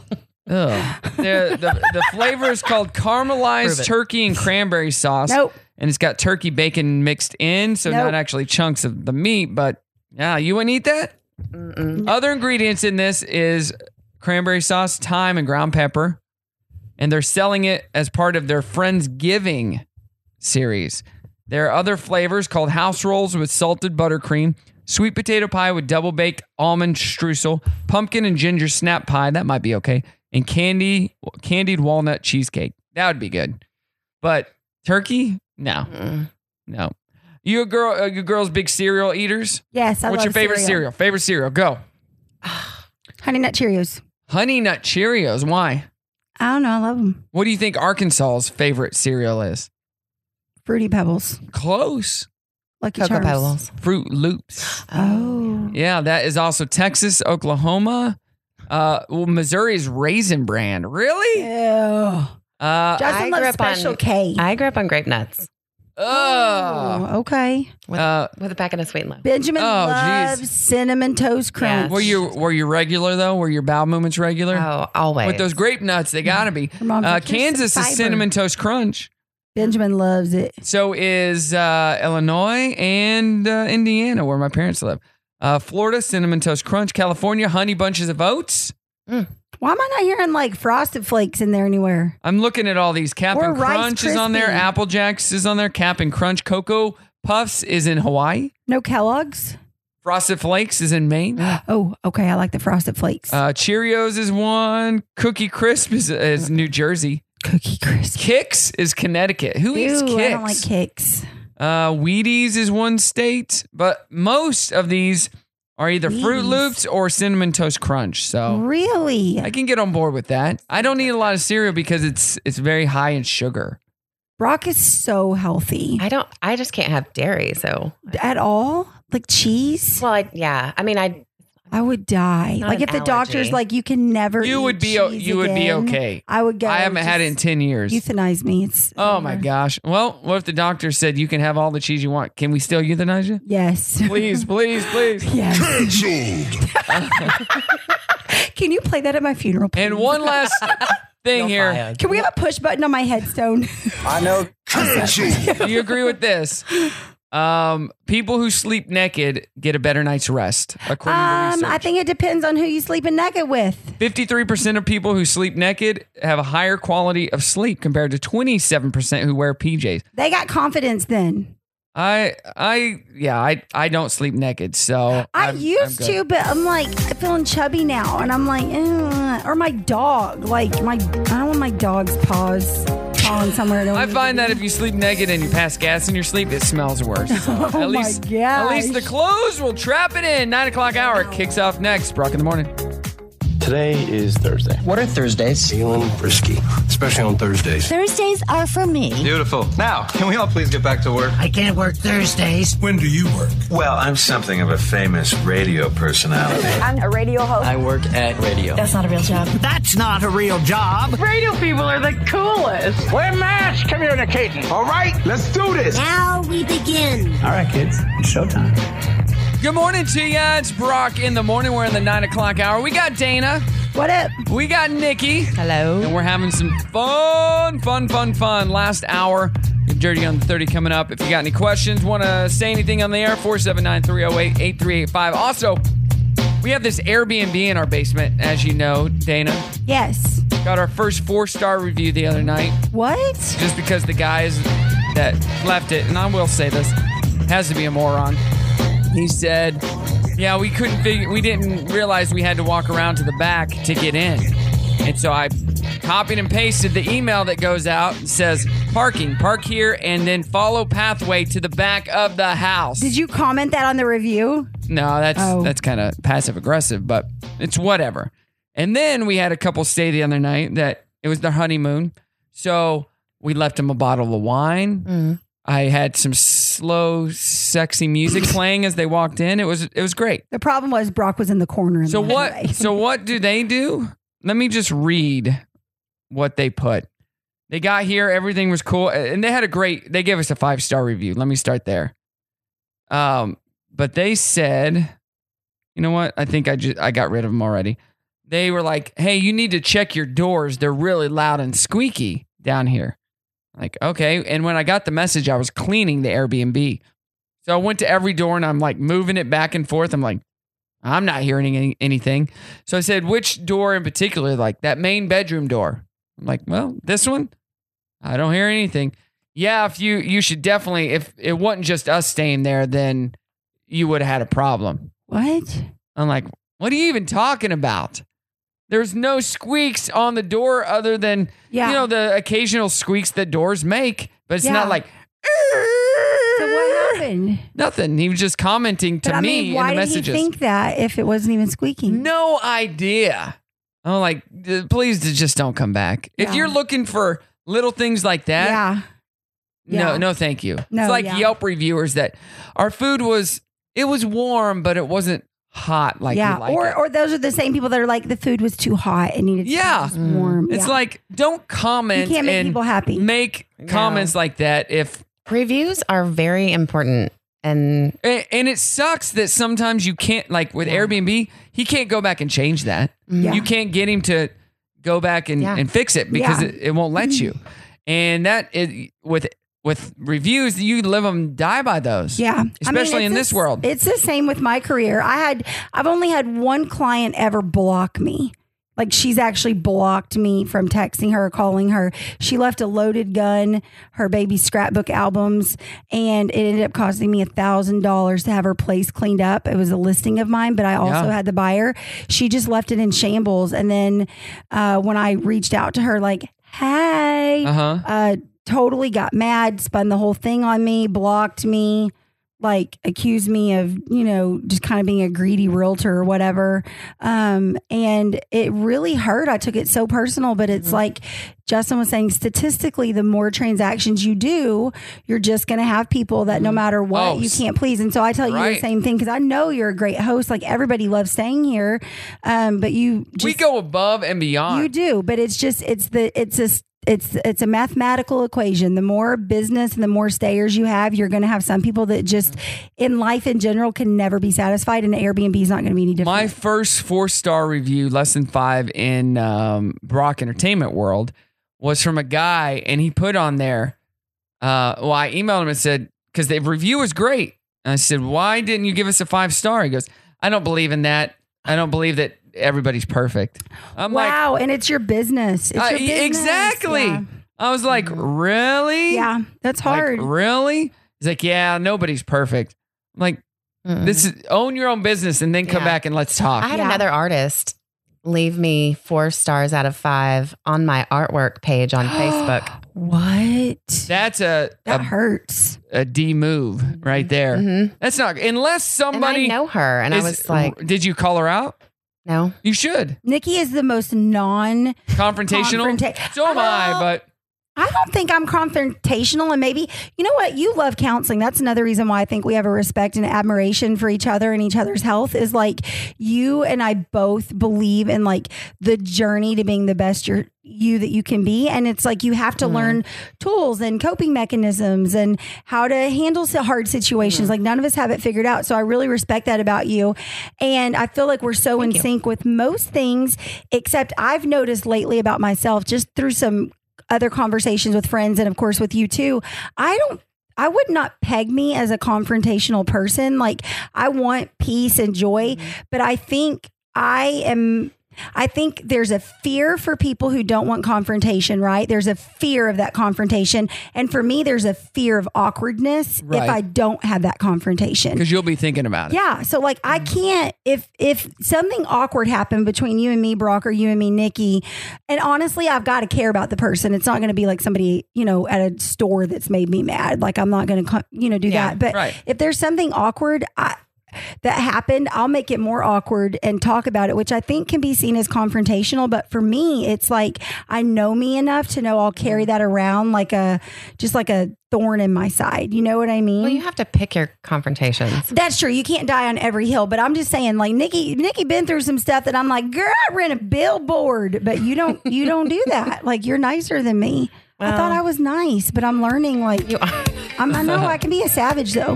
Ugh. the, the, the flavor is called Prove caramelized it. turkey and cranberry sauce. Nope. And it's got turkey bacon mixed in, so Nope. not actually chunks of the meat, but yeah, you wouldn't eat that? Other ingredients in this is cranberry sauce, thyme, and ground pepper. And they're selling it as part of their Friendsgiving series. There are other flavors called house rolls with salted buttercream, sweet potato pie with double baked almond streusel, pumpkin and ginger snap pie. That might be okay. And candy, candied walnut cheesecake. That would be good. But turkey? No. No. You a girl? Uh, you girls big cereal eaters? Yes, I What's love your favorite cereal? cereal. Favorite cereal? Go. Honey Nut Cheerios. Honey Nut Cheerios. Why? I don't know. I love them. What do you think Arkansas's favorite cereal is? Fruity Pebbles. Close. Lucky Cocoa Charms. Pebbles. Fruit Loops. Oh. Yeah, that is also Texas, Oklahoma, uh, well, Missouri's Raisin Bran. Really? Yeah. Uh, Justin I loves grew up on- Special K. I grew up on grape nuts. Oh. Oh, okay. With, Uh, with a packet of sweet and low. Benjamin Oh, loves geez. cinnamon toast crunch. Were you were you regular though? Were your bowel movements regular? Oh, always. With those grape nuts, they gotta be. mom's Uh, like, "Here's Um, some Kansas is fiber." cinnamon toast crunch. Benjamin loves it. So is uh, Illinois and uh, Indiana, where my parents live. Uh, Florida, cinnamon toast crunch. California, honey bunches of oats. Why am I not hearing like frosted flakes in there anywhere? I'm looking at all these. Cap Or and Rice Crunch is on there. Krispie. Apple Jacks is on there. Cap and Crunch. Cocoa Puffs is in Hawaii. No Kellogg's? Frosted Flakes is in Maine. Oh, okay. I like the frosted flakes. Uh, Cheerios is one. Cookie Crisp is, is New Jersey. Cookie Crisp. Kicks is Connecticut. Who eats Ew, Kicks? I don't like cakes. Uh, Wheaties is one state, but most of these are either Fruit Wheaties. Loops or Cinnamon Toast Crunch. So Really? I can get on board with that. I don't eat a lot of cereal because it's it's very high in sugar. Brock is so healthy I don't. I just can't have dairy. So at all. Like cheese. Well, I, yeah. I mean, I I would die. Not Like an if the doctor's allergy. like, you can never. You eat would be o- cheese you would be again," okay. I would go. I haven't had it in "Just ten years. Euthanize me. It's oh my gosh! Well, what if the doctor said you can have all the cheese you want? Can we still euthanize you? yes. Please, please, please. Yes. Cancelled. Can you play that at my funeral? Please? And one last thing here. Can we have a push button on my headstone? I know. Do you agree with this? Um, people who sleep naked get a better night's rest. According Um, to I research, think it depends on who you sleeping naked with. fifty-three percent of people who sleep naked have a higher quality of sleep compared to twenty-seven percent who wear PJs. They got confidence then. I, I, yeah, I, I don't sleep naked, so I I'm- I'm used good. to, but I'm like feeling chubby now, and I'm like, "Eh," or my dog, like my, I don't want my dog's paws on somewhere. I find that if you sleep naked and you pass gas in your sleep, it smells worse. So Oh my at least, at gosh. least the clothes will trap it in. Nine o'clock hour kicks off next. Brock in the morning. Today is Thursday. What are Thursdays? Feeling frisky, especially on Thursdays. Thursdays are for me. Beautiful. Now, can we all please get back to work? I can't work Thursdays. When do you work? Well, I'm something of a famous radio personality. I'm a radio host. work at radio. not a real job. That's not a real job. Radio people are the coolest. We're mass communicating. All right, let's do this. Now we begin. All right, kids, it's showtime. Good morning to you. It's Brock in the morning. We're in the nine o'clock hour. We got Dana. What up? We got Nikki. Hello. And we're having some fun, fun, fun, fun. Last hour. Dirty on the 30 coming up. If you got any questions, want to say anything on the air, 479 308 8385. Also, we have this Airbnb in our basement, as you know, Dana. Yes. Got our first four star review the other night. What? Just because the guys that left it, and I will say this, has to be a moron. He said, "Yeah, we couldn't figure. We didn't realize we had to walk around to the back to get in." And so I copied and pasted the email that goes out and says, "Parking, park here, and then follow pathway to the back of the house." Did you comment that on the review? No, that's Oh. that's kind of passive aggressive, but it's whatever. And then we had a couple stay the other night that it was their honeymoon, so we left them a bottle of wine. Mm. I had some slow, sexy music playing as they walked in. It was it was great. The problem was Brock was in the corner. In So the what? So what do they do? Let me just read what they put. They got here, everything was cool, and they had a great. They gave us a five star review. Let me start there. Um, but they said, you know what? I think I just I got rid of them already. They were like, hey, you need to check your doors. They're really loud and squeaky down here. Like, okay. And when I got the message, I was cleaning the Airbnb. So I went to every door and I'm like moving it back and forth. I'm like, I'm not hearing any, anything. So I said, which door in particular? Like that main bedroom door. I'm like, well, this one. I don't hear anything. Yeah, if you you should definitely if it wasn't just us staying there, then you would have had a problem. What? I'm like, what are you even talking about? There's no squeaks on the door other than you know the occasional squeaks that doors make, but it's Yeah. not like So what happened? nothing. He was just commenting to but I me mean, why in the did messages. he think that if it wasn't even squeaking? No idea. I'm like, "D- please d- just don't come back. If Yeah. you're looking for little things like that, Yeah. no, Yeah. no, thank you. No, it's like yeah. Yelp reviewers that our food was it was warm, but it wasn't hot like yeah, we like or it. or those are the same people that are like the food was too hot and needed yeah, to be warm. It's Yeah. like don't comment You can't make and people happy. Make comments like that if Reviews are very important. And and, and it sucks that sometimes you can't like with Airbnb, he can't go back and change that. Yeah. You can't get him to go back and, Yeah. and fix it because Yeah. it, it won't let you. And that is with with reviews, you live them die by those. Yeah. I mean, Especially it's in the this s- world. It's the same with my career. I had I've only had one client ever block me. Like she's actually blocked me from texting her, or calling her. She left a loaded gun, her baby scrapbook albums, and it ended up costing me a thousand dollars to have her place cleaned up. It was a listing of mine, but I also Yeah. had the buyer. She just left it in shambles, and then uh, when I reached out to her, like, "Hey," Uh-huh. uh, totally got mad, spun the whole thing on me, blocked me, like accused me of, you know, just kind of being a greedy realtor or whatever. Um, and it really hurt. I took it so personal, but Mm-hmm. it's like Justin was saying, statistically, the more transactions you do, you're just going to have people that no matter what, Oh, you s- can't please. And so I tell you Mm-hmm. Right. the same thing because I know you're a great host. Like everybody loves staying here. Um, but you we go above and beyond. you do, but it's just it's the it's a it's it's a mathematical equation. The more business and the more stayers you have, you're going to have some people that just in life in general can never be satisfied, and Airbnb is not going to be any different. My first four star review, less than five in um, Brock Entertainment World, was from a guy, and he put on there. Uh, well, I emailed him and said because the review was great. And I said, why didn't you give us a five star? He goes, I don't believe in that. I don't believe that everybody's perfect. I'm like, wow, and it's your business. It's uh, your e- business. exactly. Yeah. I was Mm. like, really? Yeah, that's hard. Like, really? He's like, yeah, nobody's perfect. I'm like, this is own your own business and then come back and let's talk. mm. I had another artist leave me four stars out of five on my artwork page on Facebook. What? That's a that um, hurts. A D move Mm-hmm. right there. That's not unless somebody know her, and I was like- did you call her out? No. You should. Nikki is the most non Confrontational? Confronta- so am I, but I don't think I'm confrontational. And maybe, you know what? You love counseling. That's another reason why I think we have a respect and admiration for each other and each other's health is like you and I both believe in like the journey to being the best you you that you can be. And it's like you have to learn tools and coping mechanisms and how to handle si- hard situations. Like none of us have it figured out. So I really respect that about you. And I feel like we're so in sync with most things, except I've noticed lately about myself just through some other conversations with friends and of course with you too i don't i would not peg me as a confrontational person like i want peace and joy but i think i am I think there's a fear for people who don't want confrontation, right? There's a fear of that confrontation. And for me, there's a fear of awkwardness Right. if I don't have that confrontation. because you'll be thinking about it. Yeah. So like I Mm. can't if if something awkward happened between you and me, Brock, or you and me, Nikki, and honestly, I've got to care about the person. It's not going to be like somebody you know at a store that's made me mad. Like I'm not going to you know do Yeah, that. But right. if there's something awkward, I. That happened, I'll make it more awkward and talk about it, which I think can be seen as confrontational. But for me, it's like I know me enough to know I'll carry Mm. that around like a just like a thorn in my side. You know what I mean? Well, you have to pick your confrontations. That's true. You can't die on every hill, but I'm just saying, like Nikki, Nikki been through some stuff that I'm like, girl, I ran a billboard, but you don't, you don't do that. Like you're nicer than me. I thought I was nice, but I'm learning. Like you are. I'm, I know I can be a savage though.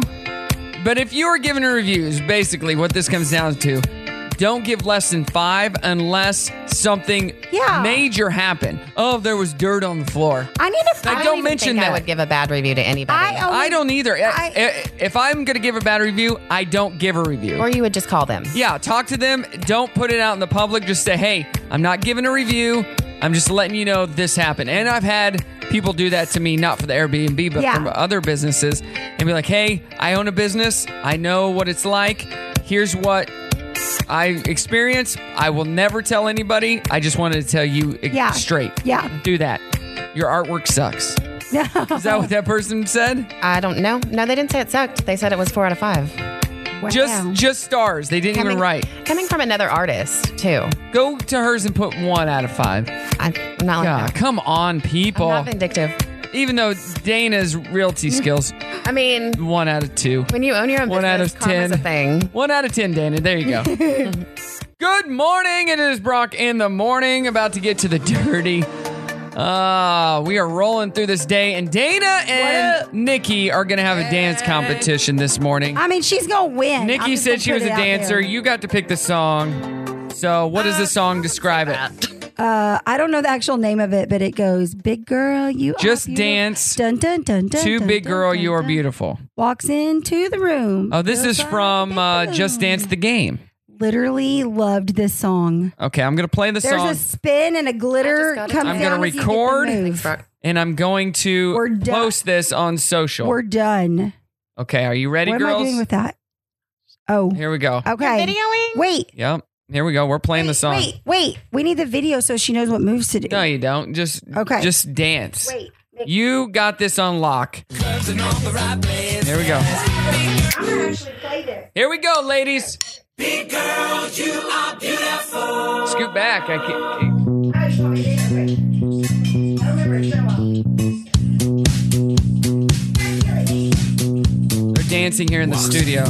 But if you are giving reviews, basically what this comes down to, don't give less than five unless something major happened. Oh, there was dirt on the floor. I need to. Like, I don't don't, even mention think that. I would give a bad review to anybody. I don't either. I- I- if I'm going to give a bad review, I don't give a review. Or you would just call them. Yeah, talk to them. Don't put it out in the public. Just say, hey, I'm not giving a review. I'm just letting you know this happened. And I've had people do that to me, not for the Airbnb, but Yeah. from other businesses, and be like, hey, I own a business. I know what it's like. Here's what I experienced. I will never tell anybody. I just wanted to tell you it- Yeah. straight. Yeah. Do that. Your artwork sucks. Is that what that person said? I don't know. No, they didn't say it sucked. They said it was four out of five. Just just stars. They didn't even write. Coming from another artist, too. Go to hers and put one out of five. I'm not like God, that. Come on, people. I'm not vindictive. Even though Dana's realty skills, I mean, one out of two. when you own your own One out business, of karma's ten. a thing. One out of ten, Dana. There you go. Good morning. It is Brock in the morning. About to get to the dirty. Uh, we are rolling through this day, and Dana and Nikki are gonna have a dance competition this morning. I mean, she's gonna win. I'm Nikki just said gonna she put was a it out dancer. there. You got to pick the song. So, what does the song describe it? Uh, I don't know the actual name of it, but it goes, "Big girl, you are Just beautiful." dance Dun dun dun dun. to dun, Big dun. Girl, You Are Beautiful. Walks into the room. Oh, this is from uh, Just Dance the Game. Literally loved this song. Okay, I'm going to play the There's song. a spin and a glitter comes I'm down. going to record and I'm going to post this on social. We're done. okay, are you ready, what girls? am I doing with that? Oh, Here we go. okay. Wait, Yep. Here we go. We're playing the song. wait, wait. We need the video so she knows what moves to do. No, you don't. Just Okay. Just dance. Wait. You got this on lock. Here we go. Here we go, ladies. Big girl, you are beautiful. Scoot back. I can't. They're dancing here in the studio.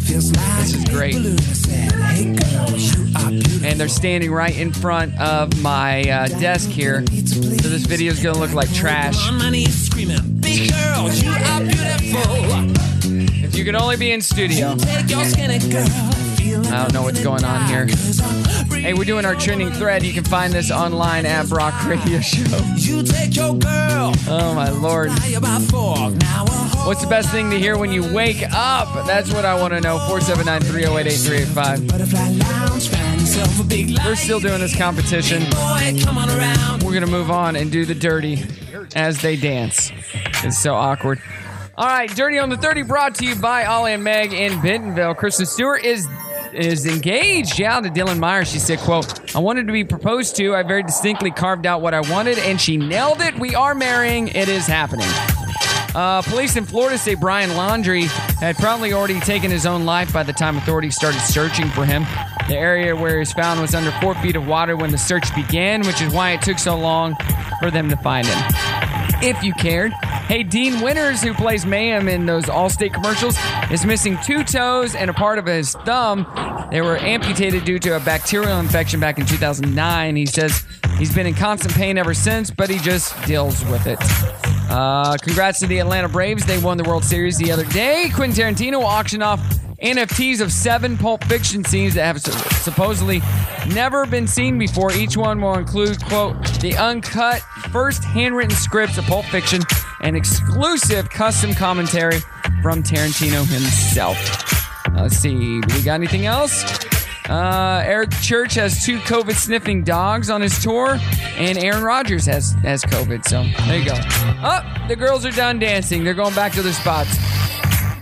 This is great. And they're standing right in front of my uh, desk here. So this video is going to look like trash. My money is screaming. Big girl, you are beautiful. If you could only be in studio. Take your skinny girl. I don't know what's going on here. Hey, we're doing our trending thread. You can find this online at Brock Radio Show. You take your girl. Oh my lord. Fly about four. Now a What's the best thing to hear when you wake up? That's what I want to know. 479 308 8385. butterfly lounge. Find yourself a big We're still doing this competition. boy. Come on around. We're going to move on and do the dirty as they dance. It's so awkward. All right, Dirty on the 30 brought to you by Ollie and Meg in Bentonville. Kristen Stewart is is engaged yeah to Dylan Meyer. She said, quote, I wanted to be proposed to. I very distinctly carved out what I wanted and she nailed it. We are marrying. It is happening. Uh, police in Florida say Brian Laundrie had probably already taken his own life by the time authorities started searching for him. The area where he was found was under four feet of water when the search began, which is why it took so long for them to find him. If you cared, hey, Dean Winters, who plays Mayhem in those Allstate commercials, is missing two toes and a part of his thumb. They were amputated due to a bacterial infection back in 2009. He says he's been in constant pain ever since, but he just deals with it. Uh, congrats to the Atlanta Braves. They won the World Series the other day. Quentin Tarantino will auction off NFTs of seven Pulp Fiction scenes that have su- supposedly never been seen before. Each one will include, quote, the uncut first handwritten scripts of Pulp Fiction and exclusive custom commentary from Tarantino himself. Uh, Let's see. Do we got anything else? Uh, Eric Church has two COVID sniffing dogs on his tour, and Aaron Rodgers has has COVID. So there you go. Up, the girls are done dancing. They're going back to their spots.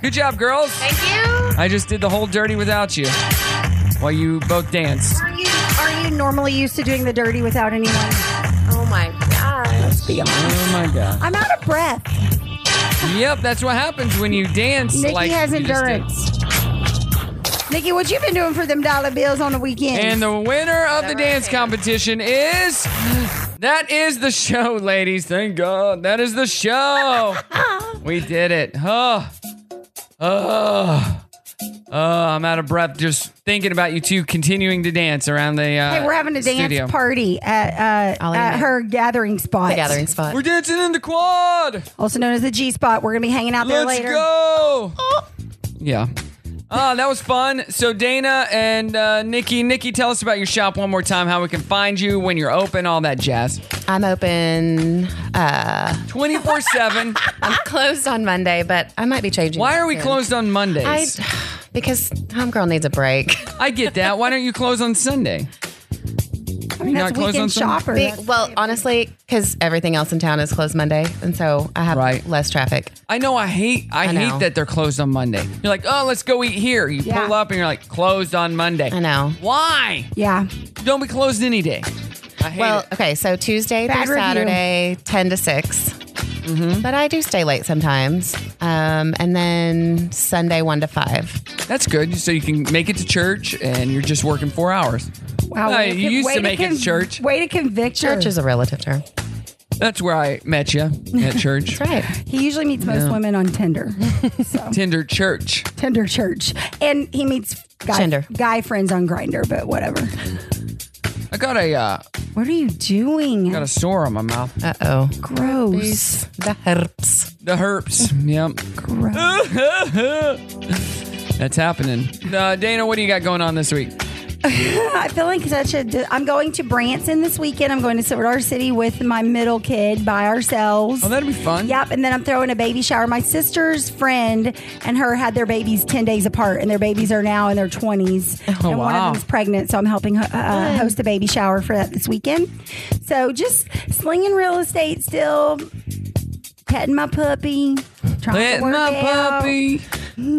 Good job, girls. Thank you. I just did the whole dirty without you, while you both danced. Are you, are you normally used to doing the dirty without anyone? Oh my gosh. Oh my god. I'm out of breath. Yep, that's what happens when you dance. Nikki like has you just did. endurance. Nikki, what you been doing for them dollar bills on the weekend? And the winner of the dance competition is. That is the show, ladies. Thank God. That is the show. we did it. Oh. Oh. Oh, I'm out of breath just thinking about you two continuing to dance around the. Uh, Hey, we're having a dance studio. party at, uh, at her gathering spot. The gathering spot. We're dancing in the quad, also known as the G spot. We're gonna be hanging out there Let's later. go. Yeah. Oh, that was fun. So, Dana and uh, Nikki, Nikki, tell us about your shop one more time, how we can find you, when you're open, all that jazz. I'm open uh 24/7. I'm closed on Monday, but I might be changing. Why that are we soon. closed on Mondays? I, because homegirl needs a break. I get that. Why don't you close on Sunday? I mean, not close on Sunday? Be- well, honestly, because everything else in town is closed Monday, and so I have less traffic. I know I hate I, I know. hate that they're closed on Monday. You're like, oh, let's go eat here. You Yeah. pull up and you're like, closed on Monday. I know. Why? Yeah. Don't be closed any day. I hate well, it. okay, so Tuesday Bad through review. Mm-hmm. Saturday, ten to 6 But I do stay late sometimes, um, and then Sunday one to five. That's good. So you can make it to church and you're just working four hours. Wow, Uh, way you con- used way to make it con- to church. Way to convict her. Church is a relative term. That's where I met you at church. That's right. He usually meets most Yeah. women on Tinder, Tinder church. Tinder church, and he meets guy, Tinder. guy friends on Grinder. But whatever. I got a uh, What are you doing? got a sore on my mouth. Uh oh. Gross. The herps. The herps. Yep. Ah! That's happening. Uh, Dana, what do you got going on this week? I feel like such a. di- I'm going to Branson this weekend. I'm going to Silver City with my middle kid by ourselves. Oh, that'd be fun. Yep. And then I'm throwing a baby shower. My sister's friend and her had their babies 10 days apart, and their babies are now in their 20s. Oh, and one wow. of them's pregnant. So I'm helping her, uh, host a baby shower for that this weekend. So just slinging real estate still, petting my puppy, trying Let to work my out. puppy.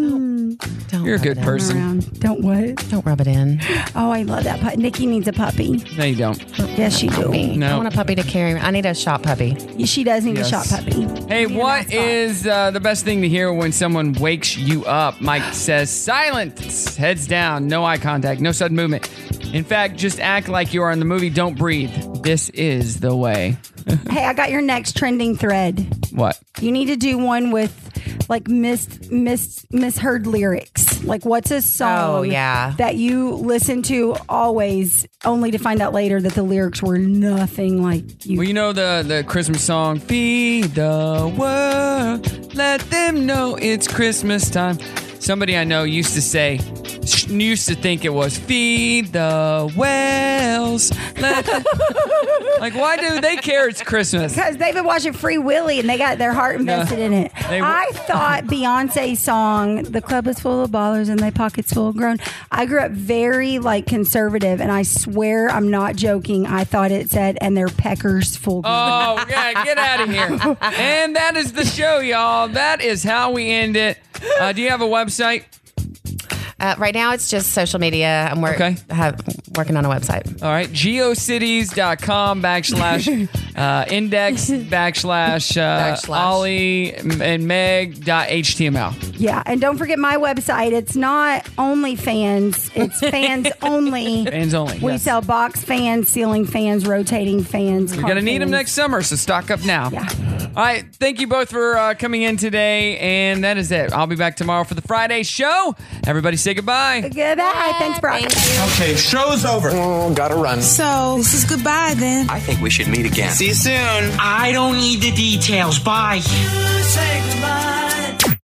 Don't You're a good person. Don't what? Don't rub it in. Oh, I love that puppy. Nikki needs a puppy. No, you don't. Yes, you do. I No. want a puppy to carry. I need a shop puppy. She does need Yes. a shop puppy. Hey, what is uh, the best thing to hear when someone wakes you up? Mike says, silence, heads down, no eye contact, no sudden movement. In fact, just act like you are in the movie, don't breathe. This is the way. Hey, I got your next trending thread. What? You need to do one with like mis mis misheard lyrics. Like what's a song Oh, yeah. that you listen to always only to find out later that the lyrics were nothing like Well, you know the, the Christmas song, Feed the World, let them know it's Christmas time. Somebody I know used to say, sh- used to think it was, Feed the whales. Let the-" like, why do they care it's Christmas? because they've been watching Free Willy and they got their heart invested in it. They w- I thought Beyonce's song "The Club Is Full of Ballers and They Pockets Full of Grown." I grew up very like conservative, and I swear I'm not joking. I thought it said "and their peckers full." Grown. Oh, yeah, get out of here. And that is the show, y'all. That is how we end it. Uh, do you have a website? Uh, right now, it's just social media. I'm work- have, working on a website. All right, geocities.com backslash Uh, index backslash, uh, Ollie and Meg dot HTML. Yeah, and don't forget my website. It's not only fans; it's fans only. Fans only, We yes. sell box fans, ceiling fans, rotating fans. You're going to need them next summer, so stock up now. All right. Thank you both for uh, coming in today. And that is it. I'll be back tomorrow for the Friday show. Everybody say goodbye. Goodbye. Thanks, Brock. Okay, show's over. gotta run. So this is goodbye then. I think we should meet again. See you soon. I don't need the details. Bye. Say goodbye.